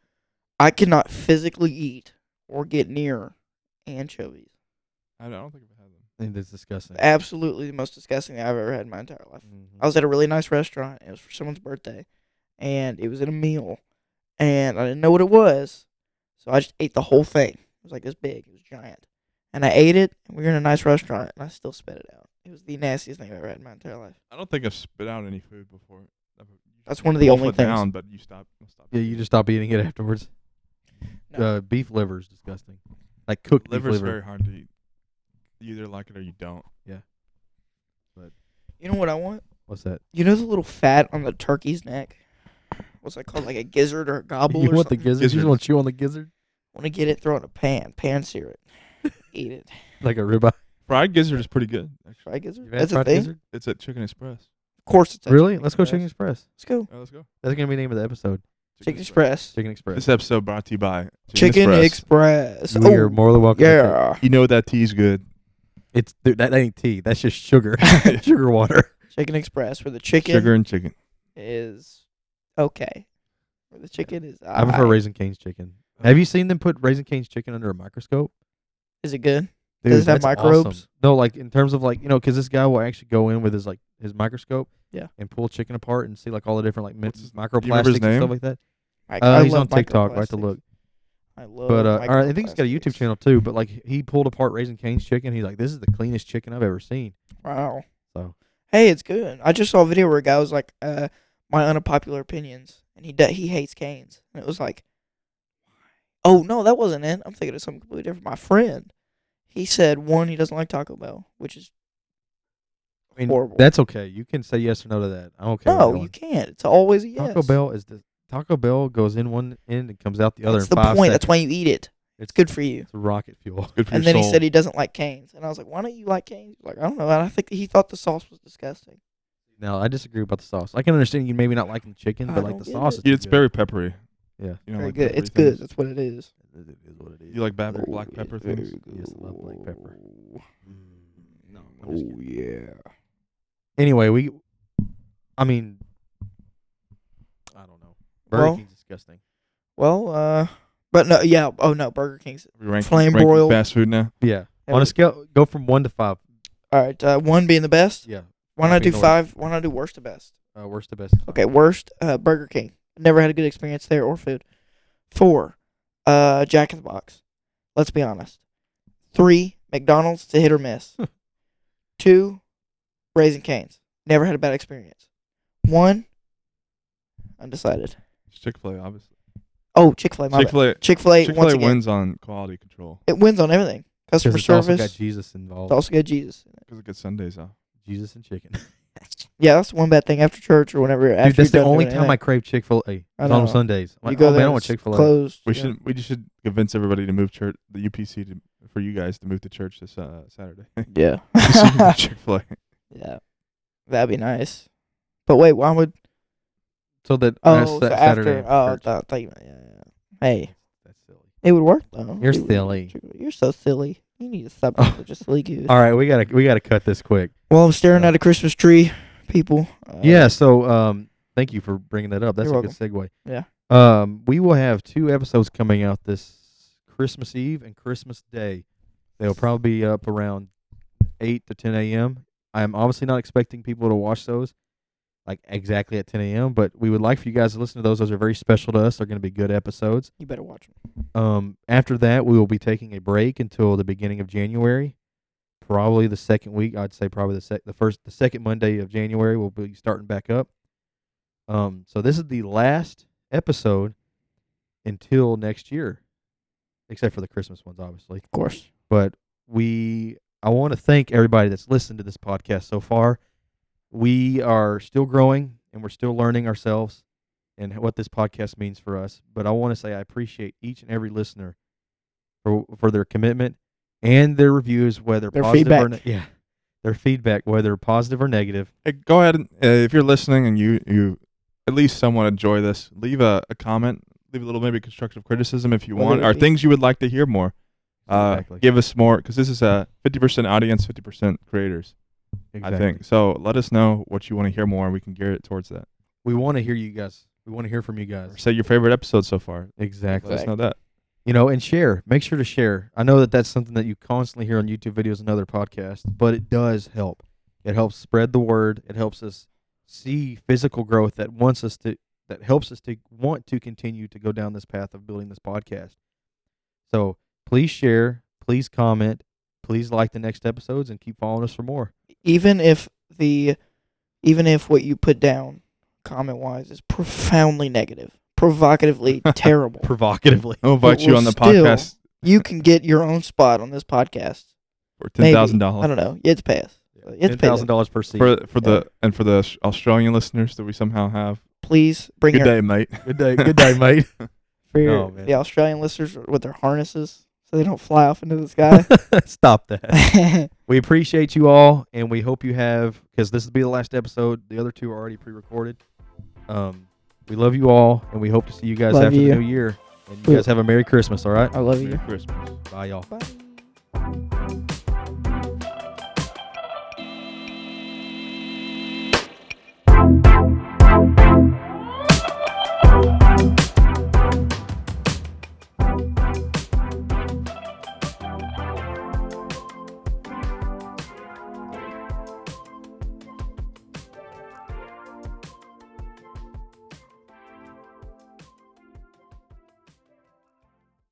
Speaker 2: I cannot physically eat or get near anchovies.
Speaker 1: I don't, I don't think I've had them.
Speaker 3: and it's disgusting.
Speaker 2: Absolutely the most disgusting thing I've ever had in my entire life.
Speaker 3: Mhm.
Speaker 2: I was at a really nice restaurant. It was for someone's birthday, and it was at a meal, and I didn't know what it was, so I just ate the whole thing. It was like this big. It was giant, and I ate it. And we were in a nice restaurant, and I still spit it out. It was the nastiest thing I've ever had in my entire life.
Speaker 1: I don't think I've spit out any food before. I've-
Speaker 2: That's one of the
Speaker 1: you
Speaker 2: only
Speaker 1: wolf it
Speaker 2: things.
Speaker 1: Down, but you stop. stop
Speaker 3: Yeah, you just stop eating it afterwards.
Speaker 2: No.
Speaker 3: Uh, beef liver is disgusting. Like cooked
Speaker 1: Liver's
Speaker 3: beef liver.
Speaker 1: very hard to eat. You either like it or you don't.
Speaker 2: You know what I want?
Speaker 3: What's that?
Speaker 2: You know the little fat on the turkey's neck? What's that called? Like a gizzard or a gobble
Speaker 3: You
Speaker 2: or
Speaker 3: want the
Speaker 2: something?
Speaker 3: gizzard? You
Speaker 1: Gizzard.
Speaker 3: just want to chew on the gizzard
Speaker 2: want to get it, throw it in a pan, pan sear it, eat it.
Speaker 3: like a ribeye?
Speaker 1: Fried gizzard is pretty good. Actually,
Speaker 2: Fried gizzard?
Speaker 3: You've had
Speaker 2: That's a
Speaker 3: fried
Speaker 2: thing.
Speaker 3: gizzard?
Speaker 1: it's at Chicken Express.
Speaker 2: Of course, it's at
Speaker 3: Really?
Speaker 2: Chicken
Speaker 3: Let's go
Speaker 2: Express.
Speaker 3: Chicken Express.
Speaker 2: Let's go.
Speaker 1: All right, let's go.
Speaker 3: That's gonna be the name of the episode.
Speaker 2: Chicken Express.
Speaker 3: Chicken Express.
Speaker 1: This episode brought to you by
Speaker 2: Chicken Express.
Speaker 3: We are
Speaker 2: Oh,
Speaker 3: morally welcome. to take-
Speaker 2: yeah.
Speaker 1: You know that tea's good.
Speaker 3: It's dude, that ain't tea. That's just sugar. sugar water.
Speaker 2: Chicken Express, where the chicken
Speaker 1: Sugar and chicken.
Speaker 2: is okay. Where the chicken is.
Speaker 3: I prefer
Speaker 2: aight.
Speaker 3: Raisin Cane's chicken. Have you seen them put Raisin Cane's chicken under a microscope?
Speaker 2: Is it good? Does it have
Speaker 3: that's
Speaker 2: microbes?
Speaker 3: awesome. No, like in terms of like you know, because this guy will actually go in with his like his microscope,
Speaker 2: Yeah.
Speaker 3: and pull chicken apart and see like all the different like mi-
Speaker 1: What's his- do you remember his
Speaker 3: microplastics and
Speaker 1: name?
Speaker 3: stuff like that.
Speaker 2: Mike,
Speaker 3: Uh,
Speaker 2: I
Speaker 3: he's
Speaker 2: love
Speaker 3: on TikTok. I have to
Speaker 2: microplastics.
Speaker 3: look.
Speaker 2: I love.
Speaker 3: But uh, or I think he's got a
Speaker 2: microplastics.
Speaker 3: YouTube channel too. But like he pulled apart Raising Cane's chicken. He's like, this is the cleanest chicken I've ever seen.
Speaker 2: Wow.
Speaker 3: So.
Speaker 2: Hey, it's good. I just saw a video where a guy was like, uh, "My unpopular opinions," and he d- he hates canes, and it was like, "Oh no, that wasn't it. I'm thinking of something completely different." My friend, he said one, he doesn't like Taco Bell, which is
Speaker 3: I mean,
Speaker 2: horrible.
Speaker 3: that's okay. You can say yes or no to that. I don't care.
Speaker 2: no, you can't. It's always a yes.
Speaker 3: Taco Bell is the Taco Bell goes in one end and comes out the other.
Speaker 2: That's
Speaker 3: in
Speaker 2: the
Speaker 3: five
Speaker 2: point. That's
Speaker 3: seconds.
Speaker 2: why you eat it.
Speaker 3: it's
Speaker 2: It's good for you.
Speaker 3: It's rocket fuel.
Speaker 1: Good for
Speaker 2: and
Speaker 1: your
Speaker 2: then he
Speaker 1: soul.
Speaker 2: said he doesn't like canes, and I was like, "Why don't you like canes?" Like I don't know. And I think he thought the sauce was disgusting.
Speaker 3: No, I disagree about the sauce. I can understand you maybe not liking the chicken,
Speaker 2: I
Speaker 3: but like
Speaker 2: don't
Speaker 3: the
Speaker 2: get
Speaker 3: sauce,
Speaker 2: it.
Speaker 3: is
Speaker 1: Yeah, it's
Speaker 3: good.
Speaker 1: very peppery.
Speaker 3: Yeah.
Speaker 1: You know,
Speaker 2: Very
Speaker 1: like
Speaker 2: good.
Speaker 1: peppery
Speaker 2: It's good.
Speaker 1: things.
Speaker 2: That's what it is.
Speaker 3: It is what it is.
Speaker 1: You like bab- black
Speaker 2: Ooh,
Speaker 1: pepper
Speaker 2: it's very
Speaker 1: things?
Speaker 2: good.
Speaker 3: Yes, I love black pepper. Mm, No, I'm just
Speaker 2: Oh
Speaker 3: kidding.
Speaker 2: yeah.
Speaker 3: Anyway, we. I mean, I don't know. Burger
Speaker 2: Well-
Speaker 3: King's disgusting.
Speaker 2: Well, uh, but no, yeah. Oh no, Burger King's.
Speaker 1: We rank,
Speaker 2: Flame
Speaker 1: ranking
Speaker 2: broiled.
Speaker 1: fast food now.
Speaker 3: Yeah. On a scale, go from one to five.
Speaker 2: All right, uh, one being the best.
Speaker 3: Yeah.
Speaker 2: Why not do
Speaker 3: Being the worst.
Speaker 2: five? Why not do worst to best?
Speaker 3: Uh, worst to best.
Speaker 2: Okay, worst uh, Burger King. Never had a good experience there or food. Four, uh, Jack in the Box. Let's be honest. Three, McDonald's. It's a hit or miss. Two, Raising Canes. Never had a bad experience. One, undecided.
Speaker 1: Chick Fil A, obviously.
Speaker 2: Oh, Chick Fil A.
Speaker 1: Chick Fil A.
Speaker 2: Chick Fil A.
Speaker 1: Chick Fil
Speaker 2: Once
Speaker 1: A
Speaker 2: again,
Speaker 1: wins on quality control
Speaker 2: it wins on everything.
Speaker 3: 'Cause
Speaker 2: Customer
Speaker 3: it's also
Speaker 2: service.
Speaker 3: got Jesus involved.
Speaker 2: It's also got Jesus.
Speaker 1: because it gets Sundays off.
Speaker 3: Jesus and chicken.
Speaker 2: Yeah, that's one bad thing after church or whenever. after
Speaker 3: Dude, that's
Speaker 2: you're
Speaker 3: the
Speaker 2: done
Speaker 3: only
Speaker 2: doing
Speaker 3: time I
Speaker 2: anything.
Speaker 3: crave Chick Fil A.
Speaker 2: I
Speaker 3: on
Speaker 2: know.
Speaker 3: Sundays. I'm
Speaker 2: you
Speaker 3: like,
Speaker 2: go
Speaker 3: oh,
Speaker 2: there.
Speaker 3: man, I want
Speaker 2: it's
Speaker 3: Chick Fil A.
Speaker 2: Closed.
Speaker 1: We
Speaker 2: yeah.
Speaker 1: should we just should convince everybody to move church the UPC to, for you guys to move to church this uh, Saturday.
Speaker 2: Yeah.
Speaker 1: Chick Fil A.
Speaker 2: yeah. That'd be nice. But wait, why would?
Speaker 3: So that
Speaker 2: Oh,
Speaker 3: that's
Speaker 2: so
Speaker 3: that Uh, Saturday.
Speaker 2: after. Oh, I
Speaker 3: church.
Speaker 2: thought, thought you meant- yeah, yeah, yeah. Hey,
Speaker 3: that's silly.
Speaker 2: it would work though.
Speaker 3: You're
Speaker 2: It would-
Speaker 3: silly.
Speaker 2: You're so silly. You need to stop
Speaker 3: Oh.
Speaker 2: being just silly goose.
Speaker 3: All right, we gotta we gotta cut this quick.
Speaker 2: Well, I'm staring at a Christmas tree, people. Uh,
Speaker 3: yeah. So um, thank you for bringing that up. That's
Speaker 2: You're
Speaker 3: a good segue.
Speaker 2: Yeah.
Speaker 3: Um, we will have two episodes coming out this Christmas Eve and Christmas Day. They'll probably be up around eight to ten a.m. I'm obviously not expecting people to watch those like exactly at ten a.m. But we would like for you guys to listen to those. Those are very special to us. They're going to be good episodes.
Speaker 2: You better watch them.
Speaker 3: Um, after that, we will be taking a break until the beginning of January. Probably the second week, I'd say probably the sec- the first the second Monday of January we'll be starting back up. Um, so this is the last episode until next year, except for the Christmas ones, obviously.
Speaker 2: Of course.
Speaker 3: But we, I want to thank everybody that's listened to this podcast so far. We are still growing and we're still learning ourselves and what this podcast means for us. But I want to say I appreciate each and every listener for for their commitment and their reviews, whether
Speaker 2: Their
Speaker 3: positive or ne-
Speaker 2: feedback.
Speaker 3: yeah, their feedback, whether positive or negative.
Speaker 1: Hey, go ahead and uh, if you're listening and you you at least somewhat enjoy this, leave a, a comment, leave a little maybe constructive criticism if you
Speaker 2: Well,
Speaker 1: want,
Speaker 2: there
Speaker 1: or
Speaker 2: we-
Speaker 1: things you would like to hear more. Uh,
Speaker 3: Exactly.
Speaker 1: Give us more because this is a 50% audience, 50% creators. I think so. Let us know what you want to hear more, and we can gear it towards that.
Speaker 3: we want to hear you guys. We want to hear from you
Speaker 1: Or
Speaker 3: guys.
Speaker 1: say your favorite episode so far.
Speaker 3: Exactly.
Speaker 1: Let us know that.
Speaker 3: you know, and share. Make sure to share. I know that that's something that you constantly hear on YouTube videos and other podcasts, but it does help. It helps spread the word. It helps us see physical growth that wants us to that helps us to want to continue to go down this path of building this podcast. So please share, please comment, please like the next episodes, and keep following us for more.
Speaker 2: Even if the, even if what you put down, comment wise, is profoundly negative, provocatively terrible,
Speaker 3: Provocatively,
Speaker 1: I'll
Speaker 2: But
Speaker 1: invite you
Speaker 2: we'll
Speaker 1: on the
Speaker 2: still-
Speaker 1: podcast
Speaker 2: you can get your own spot on this podcast.
Speaker 1: for ten
Speaker 2: Maybe.
Speaker 1: thousand
Speaker 2: I
Speaker 1: dollars
Speaker 2: don't know. It's pass. It's
Speaker 3: ten thousand dollars per seat.
Speaker 1: for for the and for the Aus- Australian listeners that we somehow have.
Speaker 2: Please bring
Speaker 1: Good
Speaker 2: your
Speaker 1: day, mate.
Speaker 3: good day, good day, mate.
Speaker 2: for your,
Speaker 3: Oh, man.
Speaker 2: the Australian listeners with their harnesses so they don't fly off into the sky.
Speaker 3: Stop that. We appreciate you all, and we hope you have because this will be the last episode. The other two are already pre-recorded. Um, we love you all, and we hope to see you guys
Speaker 2: Love
Speaker 3: after
Speaker 2: you.
Speaker 3: the new year. And you
Speaker 2: We- Uh,
Speaker 3: guys have a merry Christmas. All right,
Speaker 2: I love
Speaker 1: Merry
Speaker 2: you.
Speaker 1: Christmas.
Speaker 3: bye, y'all.
Speaker 2: Bye.